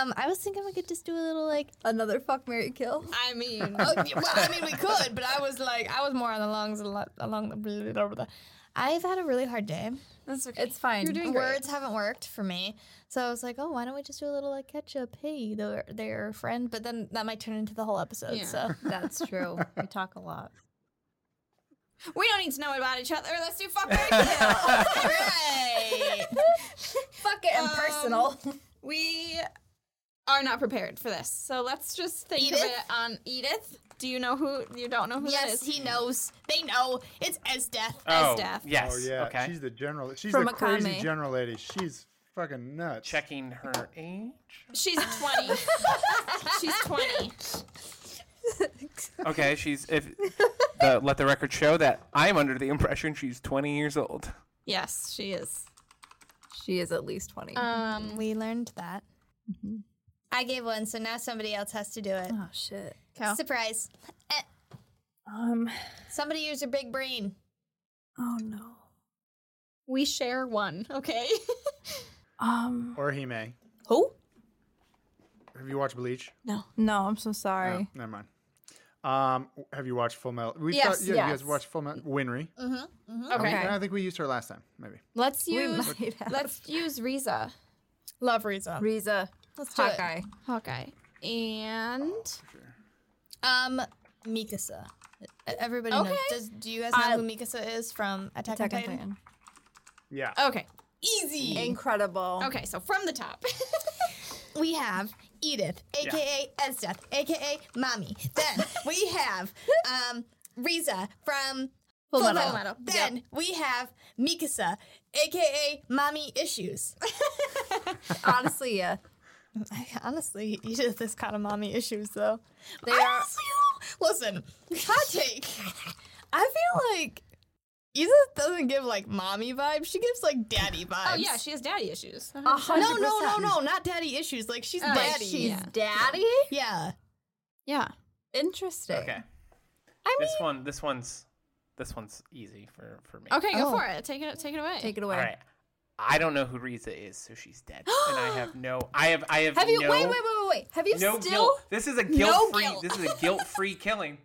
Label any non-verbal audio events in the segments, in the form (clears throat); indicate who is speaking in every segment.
Speaker 1: Um, I was thinking we could just do a little like
Speaker 2: Another fuck Mary Kill.
Speaker 1: I mean, oh, yeah, (laughs) well, I (laughs) mean, we could, but I was like, I was more on the longs along the. Blah, blah, blah. I've had a really hard day.
Speaker 3: That's okay.
Speaker 2: It's fine.
Speaker 3: You're doing great.
Speaker 1: Words haven't worked for me, so I was like, oh, why don't we just do a little like catch up? Hey, they're, they're a friend, but then that might turn into the whole episode.
Speaker 3: Yeah.
Speaker 1: (laughs) So
Speaker 2: That's true. We talk a lot.
Speaker 3: We don't need to know about each other. Let's do fuck Mary (laughs)
Speaker 1: (laughs)
Speaker 3: Kill.
Speaker 1: (laughs) right.
Speaker 2: Fuck it and
Speaker 3: Um,
Speaker 2: personal.
Speaker 3: we are not prepared for this, so let's just think
Speaker 1: Edith?
Speaker 3: of it on Edith. Do you know who? You don't know who that
Speaker 1: yes,
Speaker 3: is?
Speaker 1: he knows. They know. It's Esdeath.
Speaker 3: As
Speaker 4: Oh,
Speaker 3: death.
Speaker 4: yes.
Speaker 5: Oh yeah,
Speaker 4: Okay.
Speaker 5: she's the general. She's
Speaker 3: From
Speaker 5: the crazy
Speaker 3: Akame.
Speaker 5: general lady. She's fucking nuts.
Speaker 4: Checking her age.
Speaker 3: She's (laughs) twenty. She's twenty.
Speaker 4: (laughs) Okay, she's
Speaker 5: (laughs)
Speaker 4: if the, let the record show that I'm under the impression she's 20 years old.
Speaker 3: Yes, she is.
Speaker 2: She is at least 20.
Speaker 3: Um,
Speaker 1: We learned that. I gave one, so now somebody else has to do it.
Speaker 2: oh, shit.
Speaker 1: Surprise. Eh,
Speaker 2: Um,
Speaker 1: somebody use your big brain.
Speaker 2: oh no.
Speaker 3: we share one. Okay.
Speaker 2: Um,
Speaker 5: Or Hime. Have
Speaker 2: who?
Speaker 5: you watched Bleach?
Speaker 2: No, I'm so
Speaker 4: Oh.
Speaker 2: sorry.
Speaker 5: No, never mind. Um, have you watched Full Metal? We
Speaker 3: Yes,
Speaker 5: yeah, you
Speaker 2: yes.
Speaker 5: guys watched Full Metal. Winry.
Speaker 3: Okay.
Speaker 5: I don't think we used her last time. Maybe.
Speaker 3: (laughs) Let's
Speaker 2: We
Speaker 3: use.
Speaker 2: (laughs) might
Speaker 3: (laughs)
Speaker 2: have.
Speaker 3: Let's use Riza.
Speaker 1: Love Riza.
Speaker 2: Riza.
Speaker 1: Let's do it.
Speaker 2: Hawkeye.
Speaker 3: Hawkeye. And
Speaker 1: Um, Mikasa. E, Everybody knows.
Speaker 3: Okay.
Speaker 1: Does, do you guys know
Speaker 2: I-
Speaker 1: who Mikasa is from Attack,
Speaker 2: Attack
Speaker 1: on
Speaker 2: on
Speaker 1: Titan?
Speaker 2: Titan.
Speaker 5: Yeah.
Speaker 3: okay.
Speaker 1: Easy.
Speaker 2: Incredible.
Speaker 3: Okay, so from the top. (laughs)
Speaker 1: we have Edith, aka Esdeath, aka Mommy. Then (laughs) we have um, Riza from Full,
Speaker 2: Metal.
Speaker 1: Metal. Then we have Mikasa, aka Mommy Issues.
Speaker 2: Honestly, (laughs) yeah.
Speaker 1: (laughs) Honestly, Edith is kind of mommy issues though. They
Speaker 2: are-
Speaker 1: Honestly, though, listen, hot take. I feel like Edith doesn't give like mommy vibes. She gives like daddy vibes.
Speaker 3: oh yeah, she has daddy issues.
Speaker 2: A hundred
Speaker 1: no, no, no,
Speaker 2: percent.
Speaker 1: no, not daddy issues. Like she's
Speaker 3: Oh,
Speaker 2: Like
Speaker 1: daddy.
Speaker 2: she's
Speaker 3: Yeah.
Speaker 2: daddy?
Speaker 1: yeah.
Speaker 3: Yeah.
Speaker 2: Interesting.
Speaker 4: Okay.
Speaker 3: I
Speaker 4: this one, this one's, this one's easy for for me.
Speaker 3: Okay, go
Speaker 1: Oh.
Speaker 3: for it. Take it. Take it away.
Speaker 2: Take it
Speaker 4: All
Speaker 2: away.
Speaker 4: right. I don't know who Riza is, so she's dead, (gasps) and I have no. I have. I have.
Speaker 2: Have you
Speaker 4: No,
Speaker 2: wait, wait, wait, wait, wait. Have you
Speaker 4: No
Speaker 2: still
Speaker 4: guilt. This is a
Speaker 3: No
Speaker 4: guilt-free.
Speaker 3: guilt.
Speaker 4: (laughs) This is a guilt-free killing.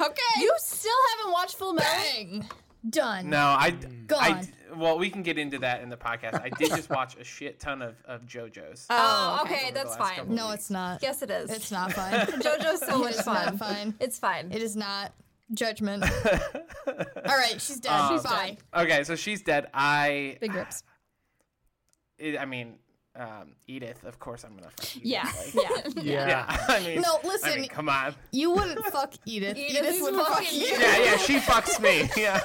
Speaker 3: Okay.
Speaker 2: You still haven't watched Full Metal?
Speaker 1: Bang. Done.
Speaker 4: No, I.
Speaker 5: Mm.
Speaker 4: I
Speaker 1: on.
Speaker 4: d- well, we can get into that in the podcast. I did just watch a shit ton of of JoJo's. (laughs)
Speaker 2: Oh,
Speaker 3: Oh,
Speaker 2: okay,
Speaker 3: okay.
Speaker 4: over the
Speaker 2: that's
Speaker 4: last
Speaker 2: fine.
Speaker 4: couple
Speaker 1: No,
Speaker 4: weeks.
Speaker 1: it's not.
Speaker 2: Yes, it is. (laughs)
Speaker 1: It's not fun.
Speaker 2: JoJo's so much
Speaker 1: It's
Speaker 2: fun.
Speaker 1: not fun.
Speaker 2: It's fine.
Speaker 1: It is not judgment. All right, she's dead.
Speaker 4: Um,
Speaker 1: she's bye.
Speaker 4: Okay, so she's dead. I.
Speaker 3: Big rips.
Speaker 4: (sighs) It, I mean, um, Edith. Of course, I'm gonna. Fuck Edith,
Speaker 3: Yeah.
Speaker 4: like-
Speaker 3: Yeah.
Speaker 5: Yeah.
Speaker 4: (laughs) Yeah. I mean.
Speaker 1: No,
Speaker 4: I
Speaker 1: listen.
Speaker 4: mean, come on.
Speaker 1: You wouldn't fuck Edith.
Speaker 2: Edith
Speaker 1: Edith would
Speaker 2: would
Speaker 1: fuck
Speaker 2: fuck
Speaker 1: you.
Speaker 4: yeah, yeah, she fucks me. (laughs) Yeah.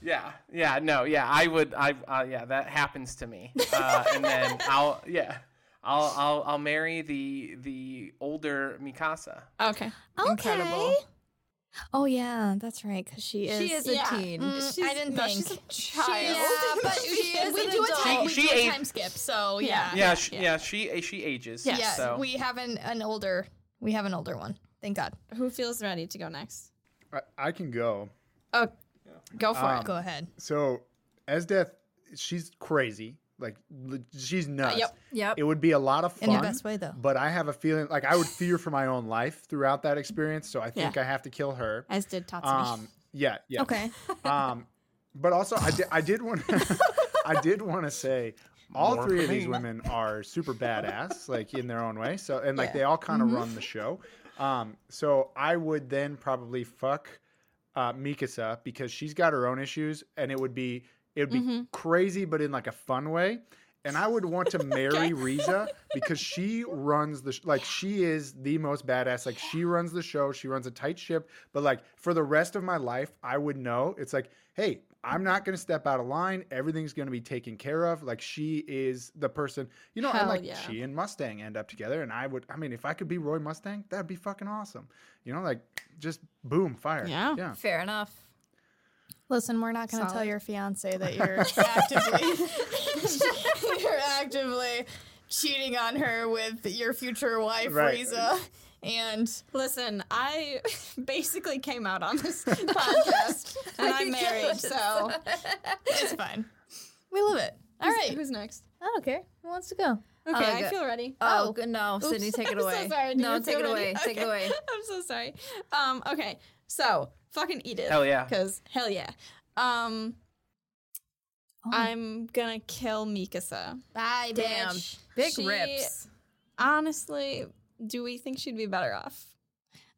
Speaker 4: yeah, yeah, no, yeah, I would, I, uh, yeah, that happens to me, uh, and then I'll, yeah, I'll, I'll, I'll marry the the older Mikasa.
Speaker 3: Okay.
Speaker 1: Incredible. Oh yeah, that's right. Cause she is.
Speaker 2: She is a
Speaker 3: Yeah.
Speaker 2: teen.
Speaker 1: Mm, I didn't
Speaker 3: no,
Speaker 1: think.
Speaker 3: she's (laughs) a child.
Speaker 1: (laughs) Yeah, but
Speaker 2: She
Speaker 1: she
Speaker 2: is
Speaker 1: we
Speaker 2: an
Speaker 1: do a
Speaker 2: adult.
Speaker 1: time,
Speaker 4: She-
Speaker 1: we
Speaker 4: she
Speaker 1: do a
Speaker 4: age-
Speaker 1: time skip. So yeah,
Speaker 3: Yeah.
Speaker 4: Yeah, she,
Speaker 3: yeah.
Speaker 4: yeah, she, she ages.
Speaker 3: Yes.
Speaker 1: Yes,
Speaker 4: so.
Speaker 1: we have an, an older. We have an older one. Thank God.
Speaker 3: (laughs) Who feels ready to go next?
Speaker 5: I, I can go.
Speaker 3: Oh, go for
Speaker 5: Um,
Speaker 1: Go ahead.
Speaker 5: So, as death, she's crazy. Like le- she's nuts.
Speaker 3: yep.
Speaker 2: Yep.
Speaker 5: It would be a lot of
Speaker 1: In
Speaker 5: fun.
Speaker 1: the best way, though.
Speaker 5: But I have a feeling like I would fear for my own life throughout that experience. So I think I have to kill her.
Speaker 3: As did Tatsumi.
Speaker 2: (laughs)
Speaker 5: Um. Yeah. Yeah.
Speaker 1: Okay.
Speaker 5: (laughs) Um. But also, I did. I did want. (laughs) I did want to say. All
Speaker 4: More
Speaker 5: three of these
Speaker 4: pain.
Speaker 5: women are super badass, like in their own way. So and like they all kind of run the show. Um, so I would then probably fuck uh, Mikasa because she's got her own issues, and it would be it would be crazy, but in like a fun way. And I would
Speaker 3: (laughs)
Speaker 5: want to marry Riza because she runs the sh- like she is the most badass. Like she runs the show, she runs a tight ship. But like for the rest of my life, I would know it's like, hey, I'm not gonna step out of line. Everything's gonna be taken care of. Like she is the person, you know. and
Speaker 3: Hell
Speaker 5: like
Speaker 3: yeah.
Speaker 5: she and Mustang end up together, and I would. I mean, if I could be Roy Mustang, that'd be fucking awesome. You know, like just boom, fire.
Speaker 3: Yeah.
Speaker 5: yeah.
Speaker 2: Fair enough.
Speaker 1: Listen, we're not going to tell
Speaker 3: Solid.
Speaker 1: your fiance
Speaker 5: (laughs)
Speaker 1: that you're (laughs) actively you're actively cheating on her with your future wife
Speaker 5: Right.
Speaker 1: Riza. And
Speaker 3: Listen, I (laughs) basically came out on
Speaker 2: (laughs)
Speaker 1: (laughs)
Speaker 3: this podcast, and I'm married, so
Speaker 1: it's fine. We love it. All right.
Speaker 3: Who's next?
Speaker 1: I don't care. Who wants to go?
Speaker 3: Okay,
Speaker 2: Oh,
Speaker 3: I
Speaker 2: good.
Speaker 3: feel ready.
Speaker 2: Oh,
Speaker 1: Oh.
Speaker 2: good. No, Sydney, (laughs) take
Speaker 3: (laughs)
Speaker 2: it
Speaker 3: I'm so
Speaker 2: away.
Speaker 3: sorry, I didn't
Speaker 2: no,
Speaker 3: even
Speaker 2: take it
Speaker 3: feel
Speaker 2: away.
Speaker 3: ready.
Speaker 2: Take it
Speaker 3: Okay.
Speaker 2: away.
Speaker 3: (laughs) I'm so sorry. Um, okay, so fucking eat it.
Speaker 4: Hell yeah.
Speaker 3: Because hell yeah. Um,
Speaker 2: Oh.
Speaker 3: I'm gonna kill Mikasa.
Speaker 1: Bye,
Speaker 2: Damn.
Speaker 1: bitch.
Speaker 2: Big
Speaker 3: She-
Speaker 2: rips.
Speaker 3: Honestly, do we think she'd be better off?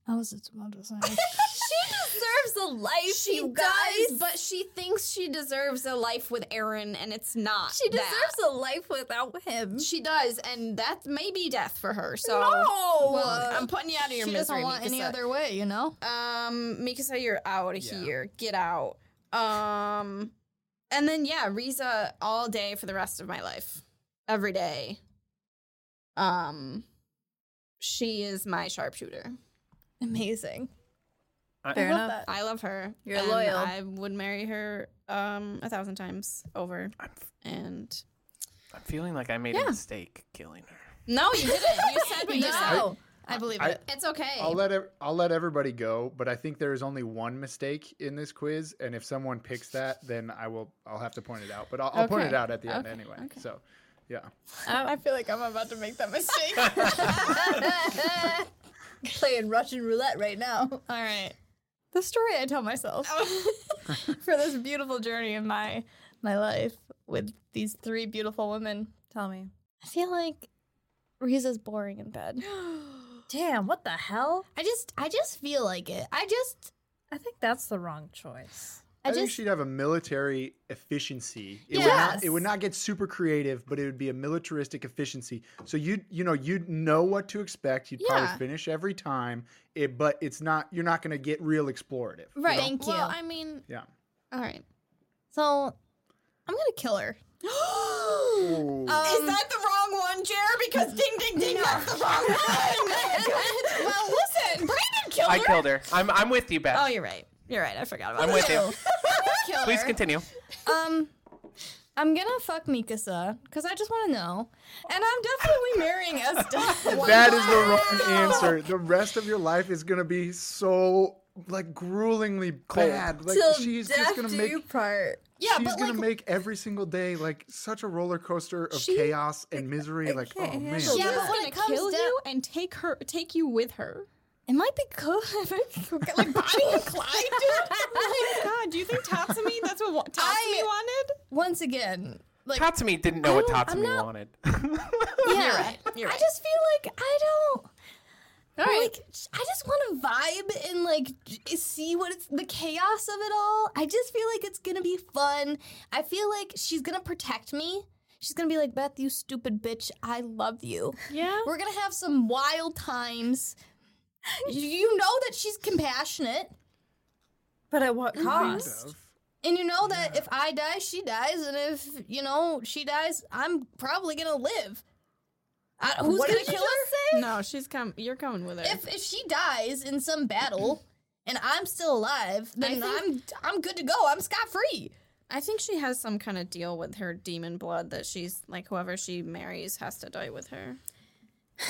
Speaker 1: I was just about to say. (laughs)
Speaker 2: Deserves a life.
Speaker 3: She does, but she thinks she deserves a life with Aaron, and it's not.
Speaker 2: (laughs) She
Speaker 3: that.
Speaker 2: deserves a life without him.
Speaker 3: She does, and that may be death for her. So
Speaker 2: No! Uh,
Speaker 3: Well, I'm putting you out of your
Speaker 1: she doesn't
Speaker 3: misery.
Speaker 1: want any
Speaker 3: Mikasa.
Speaker 1: other way, you know?
Speaker 3: Um, Mikasa, you're out of
Speaker 5: Yeah.
Speaker 3: here. Get out. Um, and then yeah, Riza all day for the rest of my life, every day. Um, she is my sharpshooter.
Speaker 1: Amazing.
Speaker 2: Fair
Speaker 1: I love
Speaker 2: enough.
Speaker 1: that.
Speaker 3: I love her.
Speaker 2: You're
Speaker 3: and
Speaker 2: loyal.
Speaker 3: I would marry her um a thousand times over.
Speaker 4: I'm,
Speaker 3: And
Speaker 4: I'm feeling like I made
Speaker 3: Yeah.
Speaker 4: a mistake killing her.
Speaker 3: no, you didn't. You said what you said.
Speaker 1: No, I, believe
Speaker 5: I-
Speaker 1: it.
Speaker 3: It's okay.
Speaker 5: I'll let ev- I'll let everybody go, but I think there is only one mistake in this quiz, and if someone picks that, then I will I'll have to point it out. But I'll, I'll point it
Speaker 3: Okay.
Speaker 5: out at the end
Speaker 3: Okay,
Speaker 5: anyway.
Speaker 3: okay.
Speaker 5: So, yeah,
Speaker 1: I feel like I'm about to make that (laughs) mistake. All
Speaker 2: Playing Russian roulette right now.
Speaker 1: right. Oh. The story I tell myself (laughs) for this beautiful journey in my my life with these three beautiful women.
Speaker 2: Tell me.
Speaker 1: I feel like Riza's boring in bed.
Speaker 2: Damn, what the hell?
Speaker 1: I just I just feel like it. I just
Speaker 2: I think that's the wrong choice.
Speaker 5: I,
Speaker 1: I,
Speaker 5: think
Speaker 1: just
Speaker 5: she'd have a military efficiency. It would not it would
Speaker 2: Yes.
Speaker 5: not get super creative, but it would be a militaristic efficiency. So you you know you'd know what to expect. You'd
Speaker 3: Yeah.
Speaker 5: probably finish every time. It, but it's not you're not going to get real explorative.
Speaker 3: right.
Speaker 1: Thank
Speaker 3: Well,
Speaker 1: you.
Speaker 3: I mean,
Speaker 5: Yeah.
Speaker 3: all right.
Speaker 1: so I'm gonna kill her.
Speaker 5: Ooh.
Speaker 1: Um,
Speaker 3: Is
Speaker 1: (laughs)
Speaker 3: that the wrong one, Jer? Because ding, ding, ding, that's the wrong one.
Speaker 1: Well, listen, (laughs) Brandon killed
Speaker 4: I killed her. I'm, I'm with you, Beth.
Speaker 3: oh, you're right. You're right. I forgot about
Speaker 4: I'm
Speaker 3: that.
Speaker 4: with
Speaker 1: (laughs)
Speaker 4: you.
Speaker 1: kill
Speaker 4: Please
Speaker 1: her.
Speaker 4: continue.
Speaker 1: Um, I'm gonna fuck Mikasa because I just want to know, and I'm definitely marrying (laughs) Esther.
Speaker 5: That is the wrong answer. The rest of your life is gonna be so like gruelingly bad. Like she's just gonna make
Speaker 2: part.
Speaker 1: yeah,
Speaker 5: she's
Speaker 1: but
Speaker 5: gonna
Speaker 1: like,
Speaker 5: make every single day like such a roller coaster of chaos and misery. Like oh
Speaker 2: can't
Speaker 5: man,
Speaker 2: handle
Speaker 1: Yeah,
Speaker 3: Yeah,
Speaker 1: but
Speaker 3: but
Speaker 1: when
Speaker 3: gonna
Speaker 1: it comes
Speaker 3: kill
Speaker 1: to-
Speaker 3: you and take her, take you with her.
Speaker 1: it might be cool if I could get, (laughs) like Bonnie and Clyde. (laughs) Dude.
Speaker 3: Oh my god! Do you think Tatsumi? That's (laughs) what wa- Tatsumi
Speaker 1: I-
Speaker 3: wanted.
Speaker 1: Once again, like
Speaker 4: Tatsumi didn't know what
Speaker 1: I don't- I'm
Speaker 4: Tatsumi
Speaker 1: not-
Speaker 4: wanted. (laughs)
Speaker 1: yeah,
Speaker 3: You're
Speaker 1: I just feel like I don't.
Speaker 2: All right.
Speaker 1: Like I just want to vibe and like j- see what it's the chaos of it all. I just feel like it's gonna be fun. I feel like she's gonna protect me. She's gonna be like Beth, you stupid bitch. I love
Speaker 2: (laughs)
Speaker 1: you.
Speaker 3: Yeah.
Speaker 1: We're gonna have some wild times. You- You know that she's compassionate,
Speaker 2: But at what
Speaker 5: kind
Speaker 2: cost?
Speaker 5: of.
Speaker 1: and you know that if I die, she dies, and if you know she dies, I'm probably gonna live. I, who's
Speaker 2: What
Speaker 1: gonna
Speaker 2: did you
Speaker 1: kill her?
Speaker 3: No, she's come. You're coming with her.
Speaker 1: if if she dies in some battle (clears throat) and I'm still alive, then
Speaker 3: I
Speaker 1: I'm I'm good to go. I'm scot free.
Speaker 3: I think she has some kind of deal with her demon blood that she's like whoever she marries has to die with her.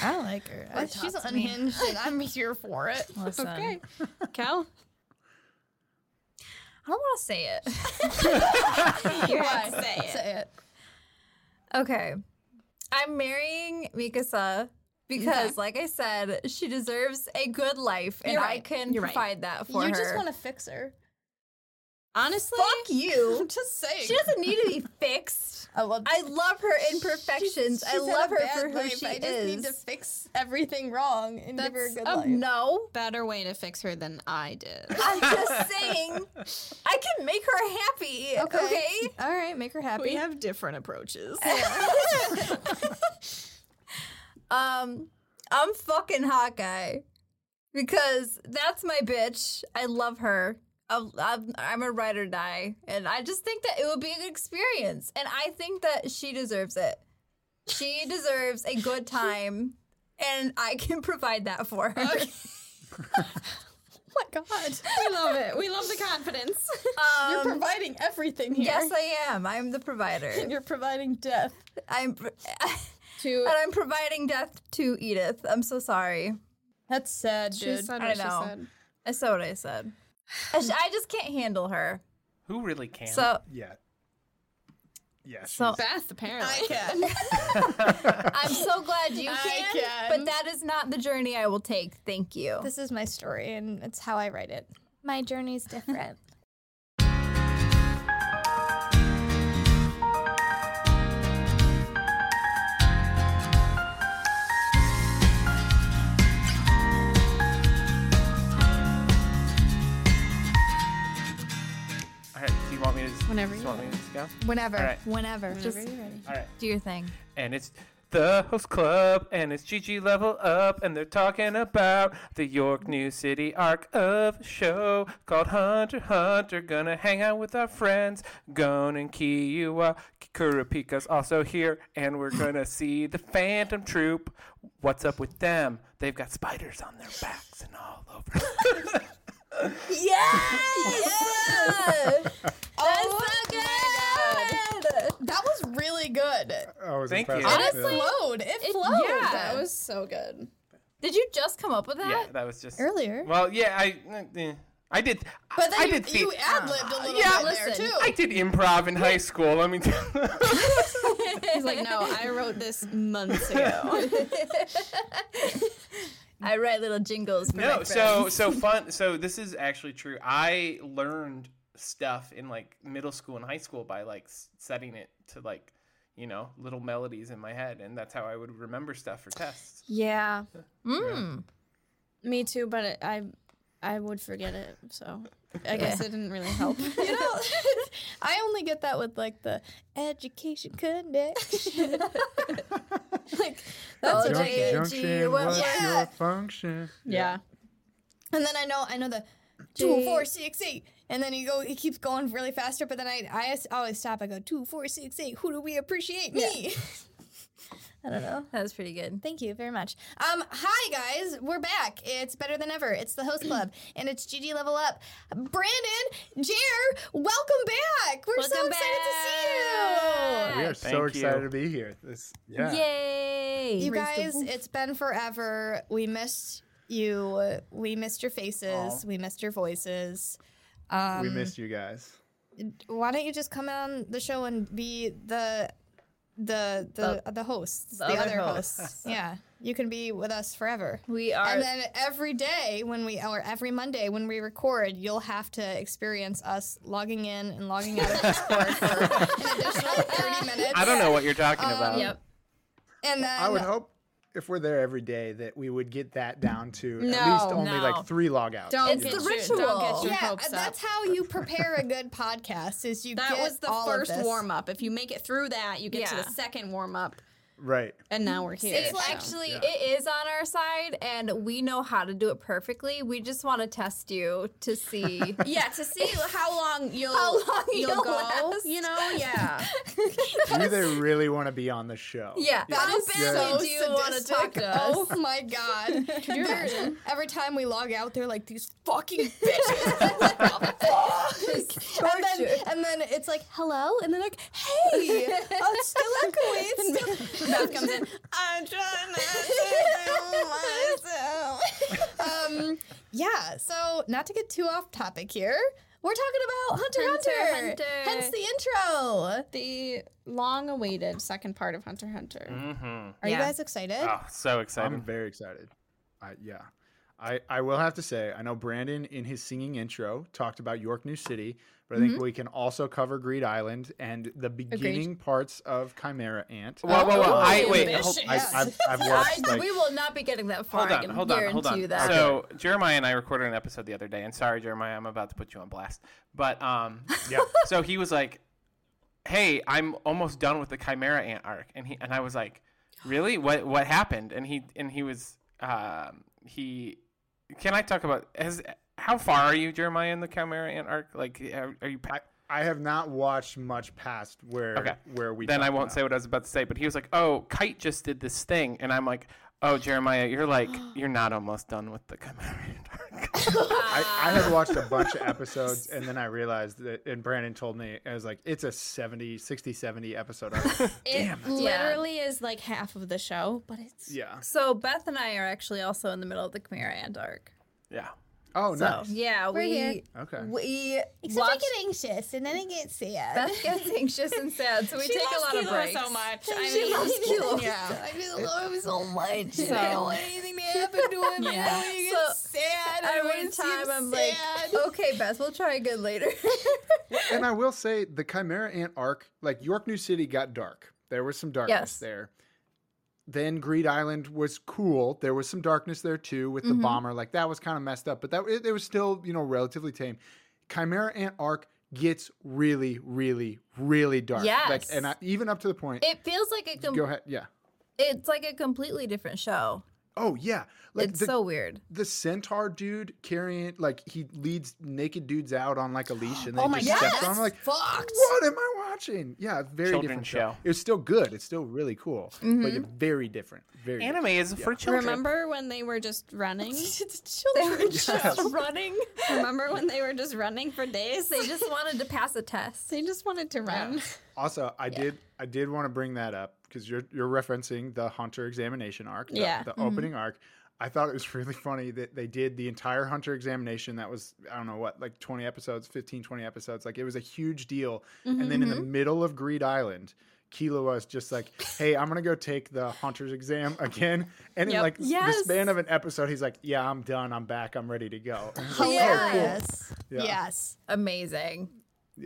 Speaker 2: I like her.
Speaker 1: She's (laughs) unhinged and I'm here for it.
Speaker 2: Listen,
Speaker 3: Okay. (laughs) Cal.
Speaker 2: I don't want to say it.
Speaker 3: You're
Speaker 1: Why?
Speaker 3: say it.
Speaker 1: Say it.
Speaker 2: Okay. I'm marrying Mikasa because, like I said, she deserves a good life and
Speaker 3: You're
Speaker 2: I
Speaker 3: right.
Speaker 2: can
Speaker 3: You're right.
Speaker 2: provide that for
Speaker 1: you
Speaker 2: her.
Speaker 1: just want to fix her.
Speaker 3: Honestly,
Speaker 2: (laughs) Fuck
Speaker 1: (laughs)
Speaker 2: you.
Speaker 1: Just saying.
Speaker 2: she doesn't need to be fixed.
Speaker 1: I love.
Speaker 2: I love her imperfections. I
Speaker 1: she's had a
Speaker 2: love her
Speaker 1: bad
Speaker 2: for who
Speaker 1: life.
Speaker 2: she
Speaker 1: I just
Speaker 2: is. Um,
Speaker 1: need to fix everything wrong and give her a
Speaker 3: That's
Speaker 1: good
Speaker 3: a
Speaker 1: life.
Speaker 2: no.
Speaker 3: better way to fix her than I did. (laughs)
Speaker 1: (laughs)
Speaker 2: I'm just saying, I can make her happy. Okay.
Speaker 1: All right. Make her happy.
Speaker 3: have different approaches.
Speaker 2: Um, I'm fucking Hawkeye because that's my bitch. I love her. I'm, I'm, I'm a ride or die, and I just think that it would be an experience, and I think that she deserves it. She deserves a
Speaker 1: (laughs)
Speaker 2: good time, and I can provide that for her.
Speaker 1: oh my God.
Speaker 3: (laughs) We love it. We love the confidence.
Speaker 1: You're
Speaker 2: Um,
Speaker 1: providing everything here.
Speaker 2: yes, I am. I'm the provider.
Speaker 1: (laughs) You're providing death.
Speaker 2: I'm.
Speaker 1: (laughs)
Speaker 3: to
Speaker 2: And I'm providing death to Edith. I'm so sorry.
Speaker 1: That's sad,
Speaker 3: (laughs) she
Speaker 1: dude.
Speaker 3: said
Speaker 2: I
Speaker 3: what she
Speaker 2: know.
Speaker 3: said.
Speaker 2: That's not what I said. I, sh- I just can't handle her.
Speaker 4: Who really can?
Speaker 2: So
Speaker 5: Yeah, Yeah.
Speaker 2: So-
Speaker 3: Beth, apparently.
Speaker 1: I can.
Speaker 2: I'm so glad you
Speaker 3: I
Speaker 2: can,
Speaker 3: can.
Speaker 2: but that is not the journey I will take. Thank you.
Speaker 1: this is my story, and it's how I write it. My journey's (laughs) different.
Speaker 4: All right, do you want me to just,
Speaker 3: Whenever
Speaker 4: just
Speaker 3: you
Speaker 4: want me
Speaker 3: are.
Speaker 4: to just go?
Speaker 2: whenever,
Speaker 4: All right.
Speaker 2: whenever, just
Speaker 4: All right.
Speaker 2: do your thing.
Speaker 4: and it's the host club and it's GG level up and they're talking about the York New City arc of show called Hunter x Hunter gonna hang out with our friends Gon and Kiyua Kurapika's also here and we're gonna see the Phantom Troop what's up with them they've got spiders on their backs and all over
Speaker 2: Yeah.
Speaker 3: Oh
Speaker 2: Good.
Speaker 1: that was really good.
Speaker 5: I was
Speaker 4: Thank
Speaker 5: impressed.
Speaker 4: you.
Speaker 1: And it
Speaker 5: Yeah.
Speaker 1: flowed. It, flowed.
Speaker 3: Yeah, that was so good.
Speaker 2: (laughs) Did you just come up with
Speaker 4: yeah
Speaker 2: that?
Speaker 4: that was just
Speaker 1: earlier.
Speaker 4: well yeah I eh, I did
Speaker 1: But then
Speaker 4: I
Speaker 1: you,
Speaker 4: did
Speaker 1: you
Speaker 4: the-
Speaker 1: ad libbed a little
Speaker 4: yeah,
Speaker 1: bit there
Speaker 2: listen,
Speaker 1: too. (laughs)
Speaker 4: I did improv in high school let me tell
Speaker 3: He's like, no, I wrote this months ago.
Speaker 2: I write little jingles. For my
Speaker 4: no
Speaker 2: friends.
Speaker 4: so so fun so this is actually true i learned stuff in like middle school and high school by like s- setting it to like you know little melodies in my head and that's how i would remember stuff for tests
Speaker 3: yeah,
Speaker 2: Mm.
Speaker 3: (laughs) me too. But it, I, I would forget it. So I guess it didn't really (laughs) help.
Speaker 1: you know, (laughs) I only get that with like the education connection. (laughs) like that's what I
Speaker 5: Junction,
Speaker 1: get.
Speaker 5: junction,
Speaker 2: what-
Speaker 5: what's
Speaker 1: yeah.
Speaker 5: your function?
Speaker 3: yeah.
Speaker 1: And then I know I know the two four six eight, and then you go it keeps going really faster. But then I I s- always stop. I go two four six eight. Who do we appreciate? Me. (laughs) I don't know.
Speaker 2: (laughs) That was pretty good.
Speaker 1: Thank you very much. Um, hi guys, we're back. It's better than ever. It's the host club, (clears throat) and it's GG Level Up. Brandon, Jer, welcome back. We're so
Speaker 2: Welcome
Speaker 1: excited to see you.
Speaker 5: We are so
Speaker 4: Thank you.
Speaker 5: excited to be here. This, yeah.
Speaker 2: Yay!
Speaker 1: You guys, it's been forever. We missed you. We missed your faces.
Speaker 4: Aw.
Speaker 1: We missed your voices. Um,
Speaker 5: we missed you guys.
Speaker 1: why don't you just come on the show and be the the the the, hosts, the,
Speaker 2: the other
Speaker 1: other
Speaker 2: hosts.
Speaker 1: hosts? (laughs) yeah, you can be with us forever.
Speaker 2: we are.
Speaker 1: And then every day when we, or every Monday when we record, you'll have to experience us logging in and logging out
Speaker 4: (laughs)
Speaker 1: of Discord for an additional 30 minutes.
Speaker 4: i don't know what you're talking
Speaker 1: Um,
Speaker 4: about
Speaker 2: yep.
Speaker 1: And then
Speaker 5: I would hope if we're there every day that we would get that down to at
Speaker 3: No,
Speaker 5: least only
Speaker 2: no.
Speaker 5: like three log outs.
Speaker 3: Don't
Speaker 2: It's
Speaker 3: get
Speaker 2: the
Speaker 3: your-
Speaker 2: ritual.
Speaker 3: Don't get your
Speaker 1: yeah,
Speaker 3: hopes up.
Speaker 1: that's how you prepare a good podcast. Is you
Speaker 3: That
Speaker 1: get
Speaker 3: was the
Speaker 1: all of
Speaker 3: first
Speaker 1: this.
Speaker 3: warm up. If you make it through that, you get to
Speaker 2: Yeah.
Speaker 3: the second warm up,
Speaker 5: Right.
Speaker 3: and now we're here.
Speaker 2: It's
Speaker 3: so.
Speaker 2: actually
Speaker 5: Yeah.
Speaker 2: it is on our side, and we know how to do it perfectly. We just want to test you to (laughs) see.
Speaker 3: yeah, to see how long you'll
Speaker 2: How long
Speaker 3: you'll,
Speaker 2: you'll
Speaker 3: go.
Speaker 2: last.
Speaker 3: You know, yeah.
Speaker 5: Do they really want to be on the show?
Speaker 2: yeah,
Speaker 1: That is
Speaker 5: Yeah.
Speaker 1: so
Speaker 2: do you wanna
Speaker 1: sadistic.
Speaker 2: talk to us?
Speaker 1: Oh my god!
Speaker 3: you
Speaker 1: They're-
Speaker 3: imagine?
Speaker 1: Every time we log out, they're like these fucking bitches. (laughs) What the fuck? and then and then it's like hello, and they're like hey, I'm still echoing. It's still
Speaker 3: Beth comes in. (laughs) I'm (laughs) trying to
Speaker 1: um, yeah. So not to get too off topic here, we're talking about Hunter x
Speaker 2: Hunter,
Speaker 1: Hunter,
Speaker 2: Hunter.
Speaker 1: hence the intro.
Speaker 3: the long-awaited second part of Hunter x Hunter.
Speaker 4: mm-hmm.
Speaker 1: Are you
Speaker 2: Yeah.
Speaker 1: guys excited?
Speaker 4: oh so
Speaker 5: I'm
Speaker 4: excited
Speaker 5: very excited. I, yeah. I, I will have to say, I know Brandon in his singing intro talked about York New City, but I think we can also cover Greed Island and the beginning parts of Chimera Ant.
Speaker 4: whoa whoa whoa i
Speaker 3: Oh,
Speaker 4: wait
Speaker 3: ambitious.
Speaker 4: hold,
Speaker 5: I, I've,
Speaker 4: (laughs)
Speaker 5: I've watched
Speaker 2: I,
Speaker 5: like,
Speaker 2: we will not be getting that far.
Speaker 4: hold
Speaker 2: I
Speaker 4: on
Speaker 2: can
Speaker 4: hold on hold
Speaker 2: guarantee
Speaker 4: on
Speaker 2: you That.
Speaker 4: so jeremiah and i recorded an episode the other day and sorry jeremiah i'm about to put you on blast but um
Speaker 5: yeah.
Speaker 4: so he was like, "Hey, I'm almost done with the Chimera Ant arc," and he and I was like, "Really? What what happened?" And he and he was um, he. Can I talk about has how far are you, Jeremiah, in the Chimera Ant arc? Like, are, are you? Pa-
Speaker 5: I have not watched much past where
Speaker 4: Okay.
Speaker 5: where we.
Speaker 4: then I
Speaker 5: talked
Speaker 4: won't
Speaker 5: about.
Speaker 4: say what I was about to say. But he was like, "Oh, Kite just did this thing," and I'm like, "Oh, Jeremiah, you're like you're not almost done with the Chimera Ant arc." (laughs)
Speaker 5: I, I had watched a bunch of episodes and then I realized that, and Brandon told me, I was like, it's a 70, 60, 70 episode.
Speaker 2: (laughs)
Speaker 5: I was like,
Speaker 3: It
Speaker 4: Mm.
Speaker 2: Yeah.
Speaker 3: literally is like half of the show, but it's
Speaker 5: yeah.
Speaker 2: So Beth and I are actually also in the middle of the Chimera Ant arc.
Speaker 4: yeah.
Speaker 5: Oh,
Speaker 2: So
Speaker 5: nice.
Speaker 2: yeah,
Speaker 1: We're
Speaker 2: we
Speaker 1: here.
Speaker 5: Okay.
Speaker 2: we
Speaker 1: Except
Speaker 2: watch.
Speaker 1: I get anxious and then I get (laughs) sad.
Speaker 2: (laughs) Beth gets anxious and sad, so we
Speaker 3: she
Speaker 2: take
Speaker 3: loves
Speaker 2: a lot of
Speaker 3: Kilo
Speaker 2: breaks.
Speaker 3: so much.
Speaker 1: She
Speaker 3: I mean,
Speaker 1: loves Kilo.
Speaker 3: Yeah.
Speaker 1: I just love him so much. So.
Speaker 3: I don't want
Speaker 1: anything to happen to him.
Speaker 3: Yeah. I
Speaker 1: He
Speaker 2: gets
Speaker 1: sad.
Speaker 2: Every time I'm
Speaker 1: "Oh,
Speaker 2: like, okay, Beth, we'll try again later.
Speaker 5: and I will say the Chimera Ant arc, like York New City got dark. There was some darkness
Speaker 2: Yes.
Speaker 5: there. Then Greed Island was cool. There was some darkness there too with the
Speaker 2: Mm-hmm.
Speaker 5: bomber. Like that was kind of messed up, but that it, it was still, you know, relatively tame. Chimera Ant arc gets really, really, really dark. Like
Speaker 2: Yes.
Speaker 5: and I, even up to the point.
Speaker 2: (laughs) it feels like a com-
Speaker 5: go ahead. Yeah.
Speaker 2: it's like a completely different show.
Speaker 5: Oh yeah. Like
Speaker 2: it's
Speaker 5: the,
Speaker 2: so weird.
Speaker 5: the centaur dude carrying like he leads naked dudes out on like a leash and they
Speaker 1: my
Speaker 5: just
Speaker 1: God,
Speaker 5: steps
Speaker 1: that's
Speaker 5: on him. Like
Speaker 1: fucked.
Speaker 5: What am I watching? Yeah, very
Speaker 4: Children's
Speaker 5: different
Speaker 4: show.
Speaker 5: show. It was still good. It's still really cool, but yeah, very different. Very
Speaker 4: Anime is for
Speaker 3: (laughs)
Speaker 4: children.
Speaker 3: Remember when they were just (laughs) running?
Speaker 1: it's
Speaker 2: They
Speaker 1: children.
Speaker 2: were just
Speaker 5: Yes.
Speaker 2: (laughs) running.
Speaker 3: Remember when they were just running for days?
Speaker 2: They just wanted to pass a (laughs) test.
Speaker 3: They just wanted to run.
Speaker 5: Also, I did I did want to bring that up because you're you're referencing the hunter examination arc, the,
Speaker 3: Yeah. Mm-hmm.
Speaker 5: the opening arc. I thought it was (laughs) really funny that they did the entire hunter examination that was I don't know what like 20 episodes, 15 20 episodes. Like it was a huge deal.
Speaker 3: Mm-hmm,
Speaker 5: And then in the middle of Greed Island, Kilo was just like, "Hey, I'm going to go take the hunter's exam (laughs) again." And in
Speaker 3: Yep.
Speaker 5: like the
Speaker 2: Yes.
Speaker 5: span of an episode, he's like, "Yeah, I'm done. I'm back. I'm ready
Speaker 3: (laughs)
Speaker 5: to go." And I was like,
Speaker 1: Hilarious.
Speaker 5: Yeah.
Speaker 1: Yes.
Speaker 2: Amazing.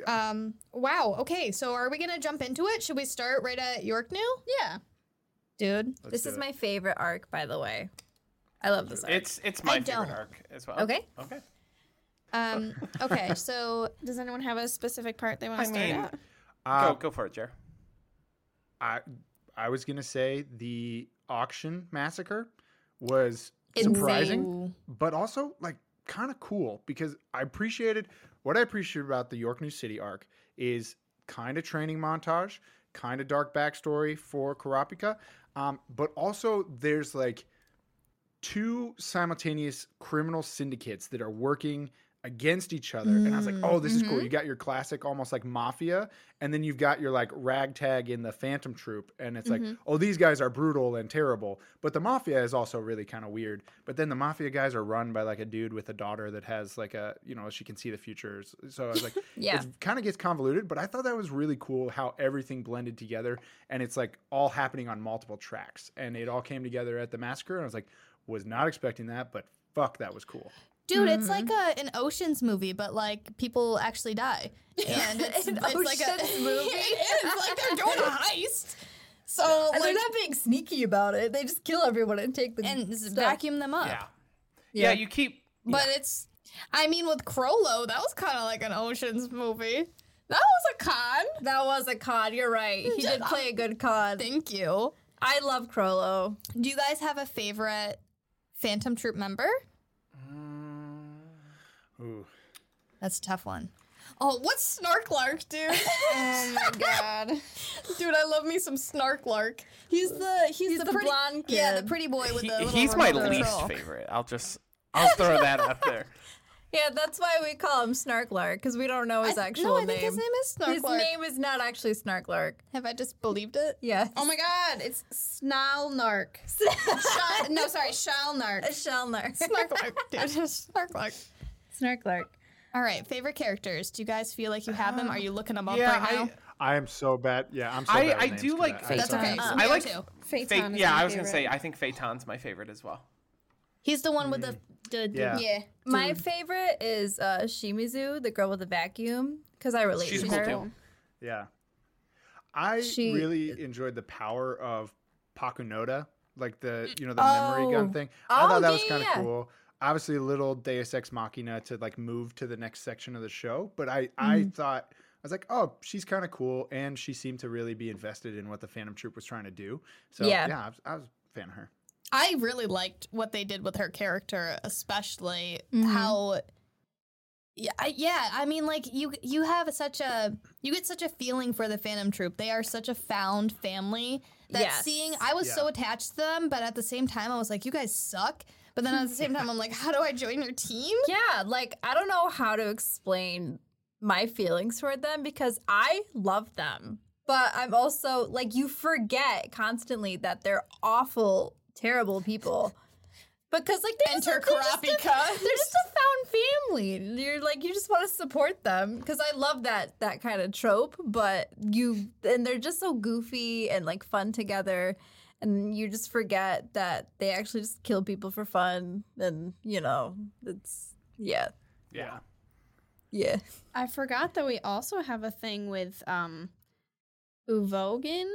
Speaker 1: Um. Wow. Okay. So are we gonna jump into it? Should we start right at York now,
Speaker 3: Yeah.
Speaker 1: dude?
Speaker 5: Let's
Speaker 2: this
Speaker 5: do
Speaker 2: is
Speaker 5: it.
Speaker 2: my favorite arc, by the way. I love this arc.
Speaker 4: It's it's my
Speaker 1: I
Speaker 4: favorite
Speaker 1: don't.
Speaker 4: arc as well.
Speaker 2: Okay.
Speaker 4: Okay.
Speaker 1: Um. Okay. So
Speaker 3: Does anyone have a specific part they want
Speaker 4: I
Speaker 3: to start
Speaker 4: mean,
Speaker 3: at?
Speaker 5: Uh,
Speaker 4: go go for it, Jer.
Speaker 5: I I was gonna say the auction massacre was
Speaker 1: Insane.
Speaker 5: surprising, but also like kind of cool because I appreciated what I appreciated about the York New City arc is kind of training montage, kind of dark backstory for Karapika, um, but also there's like two simultaneous criminal syndicates that are working against each other and i was like oh this is cool
Speaker 4: Mm-hmm.
Speaker 5: you got your classic almost like mafia and then you've got your like ragtag in the phantom troop and it's
Speaker 4: Mm-hmm.
Speaker 5: like oh these guys are brutal and terrible but the mafia is also really kind of weird but then the mafia guys are run by like a dude with a daughter that has like a you know she can see the future so i was
Speaker 4: (laughs)
Speaker 5: like
Speaker 2: Yeah.
Speaker 5: it kind of gets convoluted but i thought that was really cool how everything blended together and it's like all happening on multiple tracks and it all came together at the massacre and i was like was not expecting that but fuck that was cool
Speaker 1: Dude, it's
Speaker 2: Mm-hmm.
Speaker 1: like a, an Ocean's movie, but like people actually die.
Speaker 2: (laughs)
Speaker 1: And it's,
Speaker 2: An
Speaker 1: it's like (laughs)
Speaker 2: Ocean's
Speaker 1: a
Speaker 2: movie?
Speaker 1: it is like they're doing a heist. So
Speaker 2: And
Speaker 1: like
Speaker 2: they're not being sneaky about it. They just kill everyone and take the
Speaker 1: and s-
Speaker 2: stuff.
Speaker 1: vacuum them up.
Speaker 4: Yeah. Yeah, you keep
Speaker 1: But it's I mean with Crollo, that was kinda like an Ocean's movie. That was a con.
Speaker 2: That was a con. You're right.
Speaker 1: (laughs)
Speaker 2: He did play a good con.
Speaker 1: Thank you.
Speaker 2: I love Crollo.
Speaker 1: Do you guys have a favorite Phantom Troop member?
Speaker 4: Uh,
Speaker 5: Ooh.
Speaker 1: That's a tough one. Oh, what's Snarklark, (laughs) dude?
Speaker 3: Oh my god.
Speaker 1: dude, I love me some Snarklark. He's the he's,
Speaker 2: He's
Speaker 1: the,
Speaker 2: the
Speaker 1: pretty,
Speaker 2: blonde
Speaker 1: Yeah, the
Speaker 2: kid.
Speaker 1: pretty boy with
Speaker 4: he-
Speaker 1: the little
Speaker 4: he's my
Speaker 1: remote
Speaker 4: least
Speaker 1: control.
Speaker 4: favorite. I'll just I'll throw
Speaker 1: (laughs)
Speaker 4: that out there.
Speaker 2: Yeah, that's why we call him Snarklark because we don't know his
Speaker 1: I-
Speaker 2: actual
Speaker 1: no, I
Speaker 2: name.
Speaker 1: think his name is Snarklark.
Speaker 2: His name is not actually Snarklark.
Speaker 1: Have I just believed it?
Speaker 2: Yes.
Speaker 3: Oh my god. It's
Speaker 1: (laughs)
Speaker 3: Snarlnark. Shal- no, sorry, Shalnark.
Speaker 2: (laughs) Snarklark.
Speaker 1: Snarklark,
Speaker 3: (laughs)
Speaker 1: dude. Snarklark.
Speaker 2: Snarklark.
Speaker 1: All right, favorite characters. Do you guys feel like you have them? Are
Speaker 4: Uh,
Speaker 1: you looking them up right now?
Speaker 5: I am so bad. Yeah, I'm so
Speaker 4: I,
Speaker 5: bad. at
Speaker 4: I
Speaker 5: names
Speaker 4: do
Speaker 5: for
Speaker 4: like
Speaker 5: that. I'm
Speaker 1: That's
Speaker 5: sorry.
Speaker 1: okay.
Speaker 4: Uh,
Speaker 1: Me
Speaker 4: I like
Speaker 1: too.
Speaker 3: Phaeton
Speaker 4: Fa-
Speaker 3: is
Speaker 4: yeah,
Speaker 3: my
Speaker 4: I was gonna say
Speaker 3: favorite.
Speaker 4: I think Phaeton's my favorite as well.
Speaker 1: He's the one with
Speaker 4: Mm.
Speaker 1: the. the, the
Speaker 5: Yeah.
Speaker 3: Yeah.
Speaker 2: My favorite is uh, Shimizu, the girl with the vacuum, because I relate
Speaker 4: She's
Speaker 2: to
Speaker 4: cool
Speaker 2: her.
Speaker 4: too.
Speaker 5: Yeah. I
Speaker 2: She-
Speaker 5: really enjoyed the power of Pakunoda, like the you know the memory gun
Speaker 2: Oh.
Speaker 5: thing. I
Speaker 2: Oh,
Speaker 5: thought that
Speaker 2: yeah,
Speaker 5: was kind of
Speaker 2: yeah, yeah.
Speaker 5: cool. Obviously, a little Deus Ex Machina to like move to the next section of the show, but I I
Speaker 2: Mm.
Speaker 5: thought I was like, oh, she's kind of cool, and she seemed to really be invested in what the Phantom Troop was trying to do. So
Speaker 2: Yeah.
Speaker 5: yeah, I, was, I was a fan of her.
Speaker 1: I really liked what they did with her character, especially how. Yeah, I- yeah. I mean, like you, you have such a, you get such a feeling for the Phantom Troop. They are such a found family that
Speaker 2: Yes.
Speaker 1: seeing. I was so
Speaker 5: Yeah.
Speaker 1: attached to them, but at the same time, I was like, you guys suck. But then at the (laughs) same time, I'm like, how do I join your team?
Speaker 2: Yeah, like I don't know how to explain my feelings toward them because I love them. But I'm also like you forget constantly that they're awful, terrible people. Because like they're
Speaker 1: Enter (laughs)
Speaker 2: just, they're just a-
Speaker 1: Karapika.
Speaker 2: they're just a found family. You're like you just want to support them because I love that that kind of trope. But you and they're just so goofy and like fun together, and you just forget that they actually just kill people for fun. And you know, it's yeah,
Speaker 4: Yeah.
Speaker 2: yeah.
Speaker 3: I forgot that we also have a thing with um, Uvogin,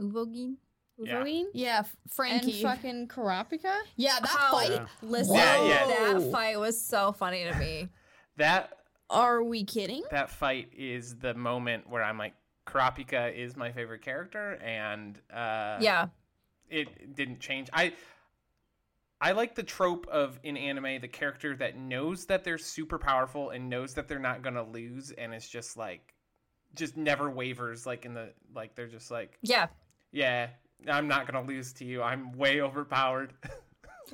Speaker 2: Uvogin.
Speaker 4: Yeah.
Speaker 3: Uvogin,
Speaker 1: Yeah, f-
Speaker 3: and
Speaker 1: Frankie.
Speaker 3: fucking Karapika.
Speaker 1: yeah, that
Speaker 2: How-
Speaker 1: fight.
Speaker 5: Yeah.
Speaker 2: Listen,
Speaker 4: Yeah, yeah.
Speaker 2: that fight was so funny to me.
Speaker 4: That
Speaker 3: Are we kidding?
Speaker 4: that fight is the moment where I'm like, Karapika is my favorite character, and uh,
Speaker 2: yeah,
Speaker 4: it didn't change. I I like the trope of in anime the character that knows that they're super powerful and knows that they're not gonna lose, and it's just like, just never wavers. Like in the like, they're just like,
Speaker 2: yeah.
Speaker 4: yeah, I'm not gonna lose to you. I'm way overpowered. (laughs)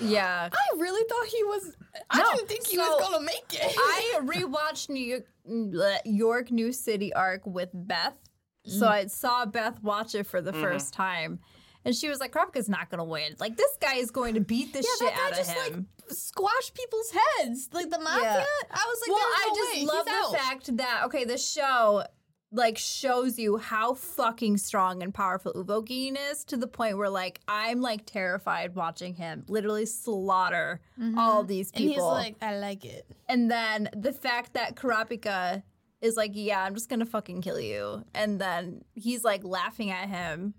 Speaker 2: Yeah.
Speaker 1: I really thought he was. I
Speaker 2: No,
Speaker 1: didn't think he
Speaker 2: so-
Speaker 1: was gonna make it.
Speaker 2: I rewatched New York, bleh, York New City arc with Beth. So I saw Beth watch it for the first time. And she was like, Kropka's not going to win. Like, this guy is going to beat the
Speaker 1: yeah,
Speaker 2: shit
Speaker 1: that
Speaker 2: out
Speaker 1: guy
Speaker 2: of
Speaker 1: just
Speaker 2: him.
Speaker 1: like squashed people's heads, like the mafia.
Speaker 2: Yeah.
Speaker 1: I was like,
Speaker 2: well,
Speaker 1: there's
Speaker 2: I
Speaker 1: no
Speaker 2: just
Speaker 1: way.
Speaker 2: love
Speaker 1: He's
Speaker 2: the
Speaker 1: out.
Speaker 2: fact that, okay, the show, like, shows you how fucking strong and powerful Uvogin is to the point where, like, I'm, like, terrified watching him literally slaughter all these
Speaker 1: Mm-hmm. And
Speaker 2: people.
Speaker 1: he's like, I like it.
Speaker 2: And then the fact that Karapika is like, yeah, I'm just gonna fucking kill you. And then he's like laughing at him.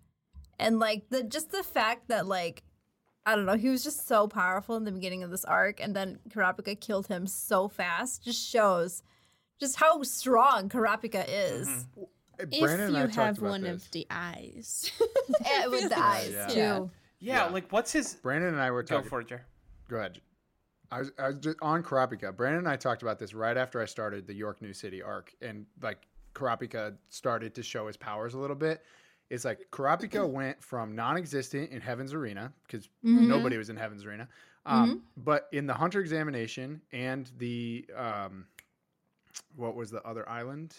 Speaker 2: And like the just the fact that like I don't know, he was just so powerful in the beginning of this arc, and then Karapika killed him so fast just shows just how strong Karapika is.
Speaker 5: Hey, Brandon
Speaker 3: if
Speaker 5: and
Speaker 3: you
Speaker 5: I talked
Speaker 3: have
Speaker 5: about
Speaker 3: one
Speaker 5: this.
Speaker 3: of the eyes.
Speaker 2: (laughs) And (laughs) with the eyes
Speaker 5: yeah.
Speaker 2: too.
Speaker 3: Yeah.
Speaker 4: Yeah,
Speaker 5: Yeah.
Speaker 4: like what's his?
Speaker 5: Brandon and I were
Speaker 4: Go
Speaker 5: talking.
Speaker 4: for it, Jer.
Speaker 5: Go ahead. I was, I was just on Karapika. Brandon and I talked about this right after I started the York New City arc, and like Karapika started to show his powers a little bit. It's like (clears throat) Karapika went from non-existent in Heaven's Arena because
Speaker 2: Mm-hmm.
Speaker 5: nobody was in Heaven's Arena, um, but in the Hunter Examination and the um, what was the other island?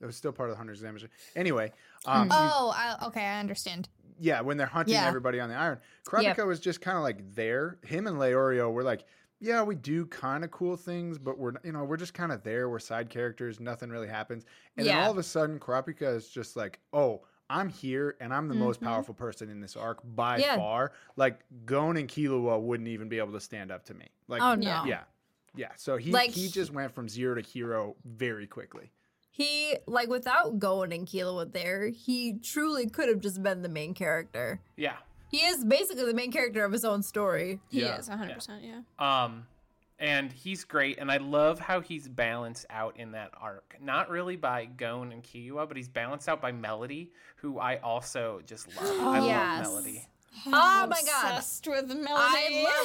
Speaker 5: It was still part of the Hunter Examination. Anyway, um,
Speaker 2: Mm-hmm.
Speaker 1: Oh, I, okay, I understand.
Speaker 5: yeah, when they're hunting
Speaker 1: Yeah.
Speaker 5: everybody on the island. Karapika
Speaker 2: Yep.
Speaker 5: was just kind of like there. Him and Leorio were like, yeah, we do kind of cool things, but we're you know we're just kind of there. We're side characters. Nothing really happens. And then
Speaker 2: Yeah.
Speaker 5: all of a sudden, Karapika is just like, oh. I'm here and I'm the most powerful person in this arc by
Speaker 2: Mm-hmm. Yeah.
Speaker 5: far. Like Gon and Killua wouldn't even be able to stand up to me. Like
Speaker 2: Oh no.
Speaker 5: yeah. Yeah. So he
Speaker 2: Like,
Speaker 5: he
Speaker 2: he-
Speaker 5: just went from zero to hero very quickly.
Speaker 2: He like without Goen and Killua there, he truly could have just been the main character.
Speaker 4: Yeah.
Speaker 2: He is basically the main character of his own story.
Speaker 3: He
Speaker 5: Yeah.
Speaker 3: is 100%, yeah.
Speaker 4: Um, and he's great, and I love how he's balanced out in that arc. Not really by Gon and Kiyua, but he's balanced out by Melody, who I also just love. I
Speaker 2: Yes.
Speaker 4: love
Speaker 2: (laughs)
Speaker 4: Melody.
Speaker 2: Oh my god.
Speaker 3: Obsessed with Melody.
Speaker 1: Oh,
Speaker 2: I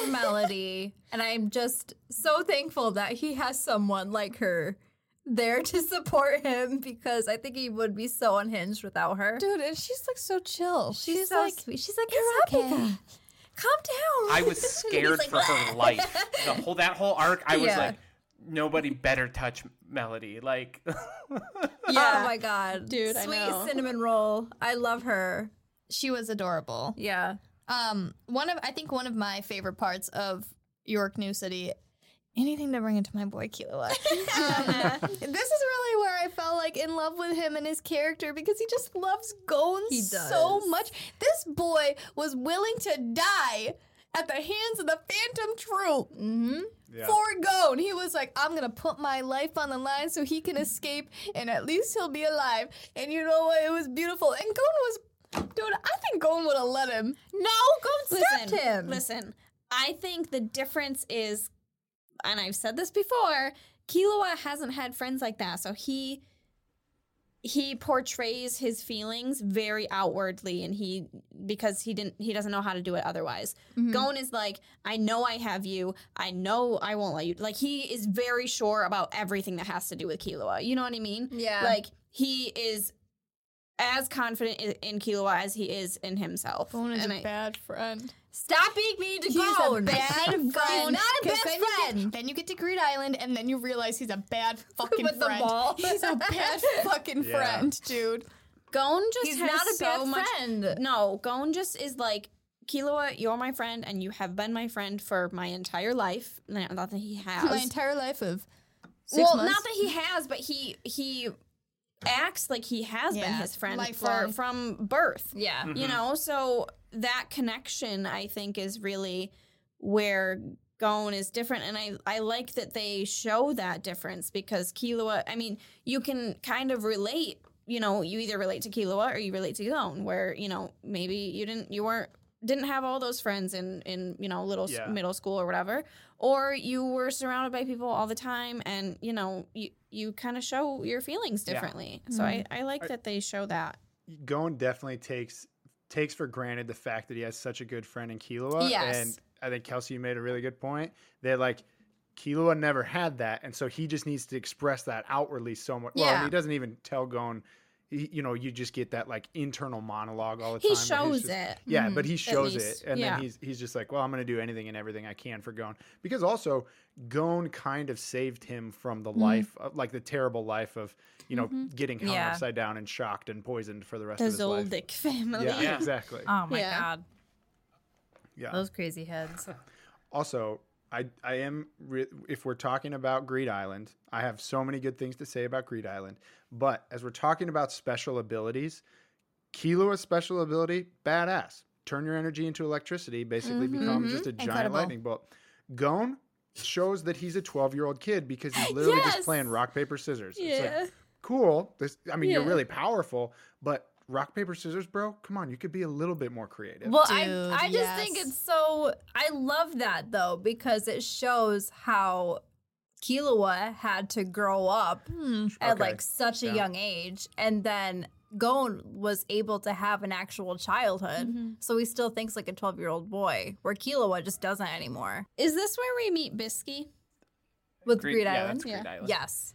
Speaker 1: (laughs)
Speaker 2: love Melody. And I'm just so thankful that he has someone like her there to support him because I think he would be so unhinged without her.
Speaker 1: Dude, and she's like so chill. She's,
Speaker 2: so
Speaker 1: like,
Speaker 2: sweet. She's like, Karapika,
Speaker 1: okay.
Speaker 2: calm down.
Speaker 4: I
Speaker 2: (laughs)
Speaker 4: was scared for her life. The whole that whole arc, I was
Speaker 2: Yeah.
Speaker 4: like, nobody better touch Melody. Like, (laughs)
Speaker 2: Oh my god.
Speaker 3: Dude, I
Speaker 2: Sweet
Speaker 3: know.
Speaker 2: cinnamon roll. I love her.
Speaker 1: she was adorable.
Speaker 2: Yeah.
Speaker 1: Um, one of I think one of my favorite parts of York New City, anything to bring it to my boy Killua.
Speaker 2: (laughs)
Speaker 1: um, this is really where I fell like in love with him and his character because he just loves Gon
Speaker 2: He
Speaker 1: so
Speaker 2: does.
Speaker 1: much. This boy was willing to die at the hands of the Phantom Troop
Speaker 2: Mm-hmm.
Speaker 5: Yeah.
Speaker 1: for Gon. He was like, I'm gonna put my life on the line so he can escape, and at least he'll be alive. And you know what? It was beautiful. And Gon was. Dude, I think Gon would have let him.
Speaker 2: No, go
Speaker 3: listen,
Speaker 2: accept him.
Speaker 3: Listen, I think the difference is, and I've said this before, Killua hasn't had friends like that, so he he portrays his feelings very outwardly, and he because he didn't he doesn't know how to do it otherwise. Gon is like, I know I have you, I know I won't let you. Like he is very sure about everything that has to do with Killua. You know what I mean?
Speaker 2: Yeah.
Speaker 3: Like he is. As confident in- in Killua as he is in himself. And I-
Speaker 1: bad friend.
Speaker 2: Stop being mean to
Speaker 1: He's
Speaker 2: go.
Speaker 1: a bad friend.
Speaker 2: He's not a
Speaker 1: 'Cause
Speaker 2: best
Speaker 1: then you get-
Speaker 2: friend.
Speaker 1: then you get to Greed Island, and then you realize he's a bad fucking
Speaker 2: (laughs) With the
Speaker 1: friend.
Speaker 2: ball.
Speaker 1: (laughs) He's a
Speaker 2: (laughs)
Speaker 1: bad fucking
Speaker 5: Yeah.
Speaker 1: friend, dude.
Speaker 3: Gon just
Speaker 2: He's
Speaker 3: has
Speaker 2: not a
Speaker 3: so
Speaker 2: bad
Speaker 3: much.
Speaker 2: friend.
Speaker 3: No, Gon just is like Kilua, you're my friend, and you have been my friend for my entire life. No, Not that he has.
Speaker 2: My entire life of six
Speaker 3: well,
Speaker 2: months.
Speaker 3: not that he has, but he he acts like he has been
Speaker 2: Yeah,
Speaker 3: his friend for,
Speaker 2: lifelong.
Speaker 3: from birth.
Speaker 2: yeah.
Speaker 3: You
Speaker 5: Mm-hmm.
Speaker 3: know, so that connection I think is really where Gone is different, and I I like that they show that difference because Kilua. I mean, you can kind of relate. You know, you either relate to Kilua or you relate to Gone, where you know maybe you didn't you weren't didn't have all those friends in in you know little s-
Speaker 5: Yeah.
Speaker 3: middle school or whatever or you were surrounded by people all the time and you know you you kind of show your feelings
Speaker 4: Yeah.
Speaker 3: differently so I, I like
Speaker 5: I-
Speaker 3: that they show that
Speaker 5: Gon definitely takes takes for granted the fact that he has such a good friend in Kilua.
Speaker 3: Yes.
Speaker 5: And I think Kelsey, you made a really good point. That like Kilua never had that, and so he just needs to express that outwardly so much. Well, and
Speaker 2: Yeah.
Speaker 5: he doesn't even tell Gon. he- You know, you just get that like internal monologue all the
Speaker 3: he
Speaker 5: time. where he's
Speaker 3: shows
Speaker 5: just-
Speaker 3: it
Speaker 5: Yeah, but he shows
Speaker 3: Mm-hmm. least,
Speaker 5: it, and
Speaker 3: yeah.
Speaker 5: then he's he's just like, well, I'm gonna do anything and everything I can for Gon because also Gon kind of saved him from
Speaker 3: Mm-hmm.
Speaker 5: the life, of, like the terrible life of you know getting hung
Speaker 2: Yeah.
Speaker 5: upside down and shocked and poisoned for the rest
Speaker 3: the
Speaker 5: of his life.
Speaker 3: Zoldic family (laughs)
Speaker 5: Yeah,
Speaker 4: Yeah.
Speaker 5: exactly.
Speaker 3: Um,
Speaker 2: Oh my
Speaker 3: Yeah.
Speaker 2: god,
Speaker 5: Yeah.
Speaker 2: those crazy heads.
Speaker 5: also, I I am re- if we're talking about Greed Island, I have so many good things to say about Greed Island, but as we're talking about special abilities, Kilua's special ability, badass. Turn your energy into electricity, basically
Speaker 3: Mm-hmm,
Speaker 5: becomes just a giant
Speaker 2: Incredible.
Speaker 5: lightning bolt. Gon shows that he's a 12-year-old kid because he's literally
Speaker 3: Yes.
Speaker 5: just playing rock paper scissors. It's like,
Speaker 3: Yeah.
Speaker 5: cool. This I mean, you're
Speaker 3: Yeah.
Speaker 5: really powerful, but rock paper scissors, bro. Come on, you could be a little bit more creative.
Speaker 2: Well,
Speaker 1: Dude,
Speaker 2: I I just think
Speaker 1: yes.
Speaker 2: it's so. I love that though because it shows how Kilua had to grow up at
Speaker 5: Okay.
Speaker 2: like such a
Speaker 5: Yeah.
Speaker 2: young age, and then Gon was able to have an actual childhood,
Speaker 3: Mm-hmm.
Speaker 2: so he still thinks like a twelve year old boy, where Kilua just doesn't anymore
Speaker 3: is this where we meet bisky
Speaker 2: with
Speaker 4: Greed-
Speaker 2: Greed
Speaker 4: yeah,
Speaker 2: Island.
Speaker 4: that's Greed
Speaker 3: Yeah.
Speaker 4: Island.
Speaker 2: Yes,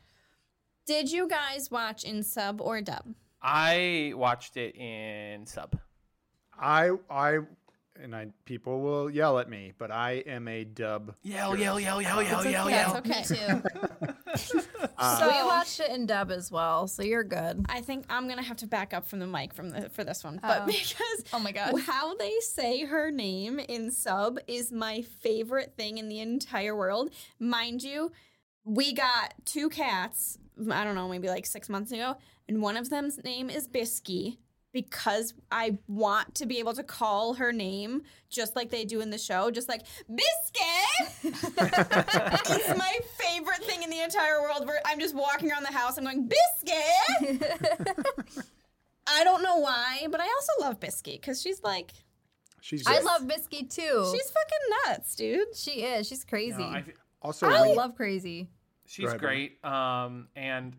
Speaker 3: did you guys watch in sub or dub
Speaker 4: I watched it in sub.
Speaker 5: I I and I people will yell at me, but I am a dub.
Speaker 4: Yell, yell, yell, yell, yell,
Speaker 5: Oh,
Speaker 4: yell,
Speaker 3: That's
Speaker 4: yell.
Speaker 3: (laughs) okay
Speaker 1: too.
Speaker 4: Uh,
Speaker 3: So-
Speaker 2: we watched it in dub as well, so you're good.
Speaker 3: I think I'm gonna have to back up from the mic from the, for this one, but
Speaker 2: Oh.
Speaker 3: (laughs) because
Speaker 1: Oh my god.
Speaker 3: (laughs) How they say her name in sub is my favorite thing in the entire world. Mind you, we got two cats, I don't know, maybe like six months ago, and one of them's name is Bisky because I want to be able to call her name just like they do in the show, just like Biscuit. it's my favorite thing in the entire world where I'm just walking around the house, I'm going, Biscuit. I don't know why, but I also love Biscuit because she's like,
Speaker 5: She's
Speaker 2: I
Speaker 5: great.
Speaker 2: love Biscuit too.
Speaker 3: she's fucking nuts, dude.
Speaker 2: she is. She's crazy.
Speaker 4: No, I,
Speaker 5: also
Speaker 2: I
Speaker 5: when-
Speaker 2: love crazy.
Speaker 4: She's
Speaker 5: ahead, Brenna.
Speaker 4: great. Um, and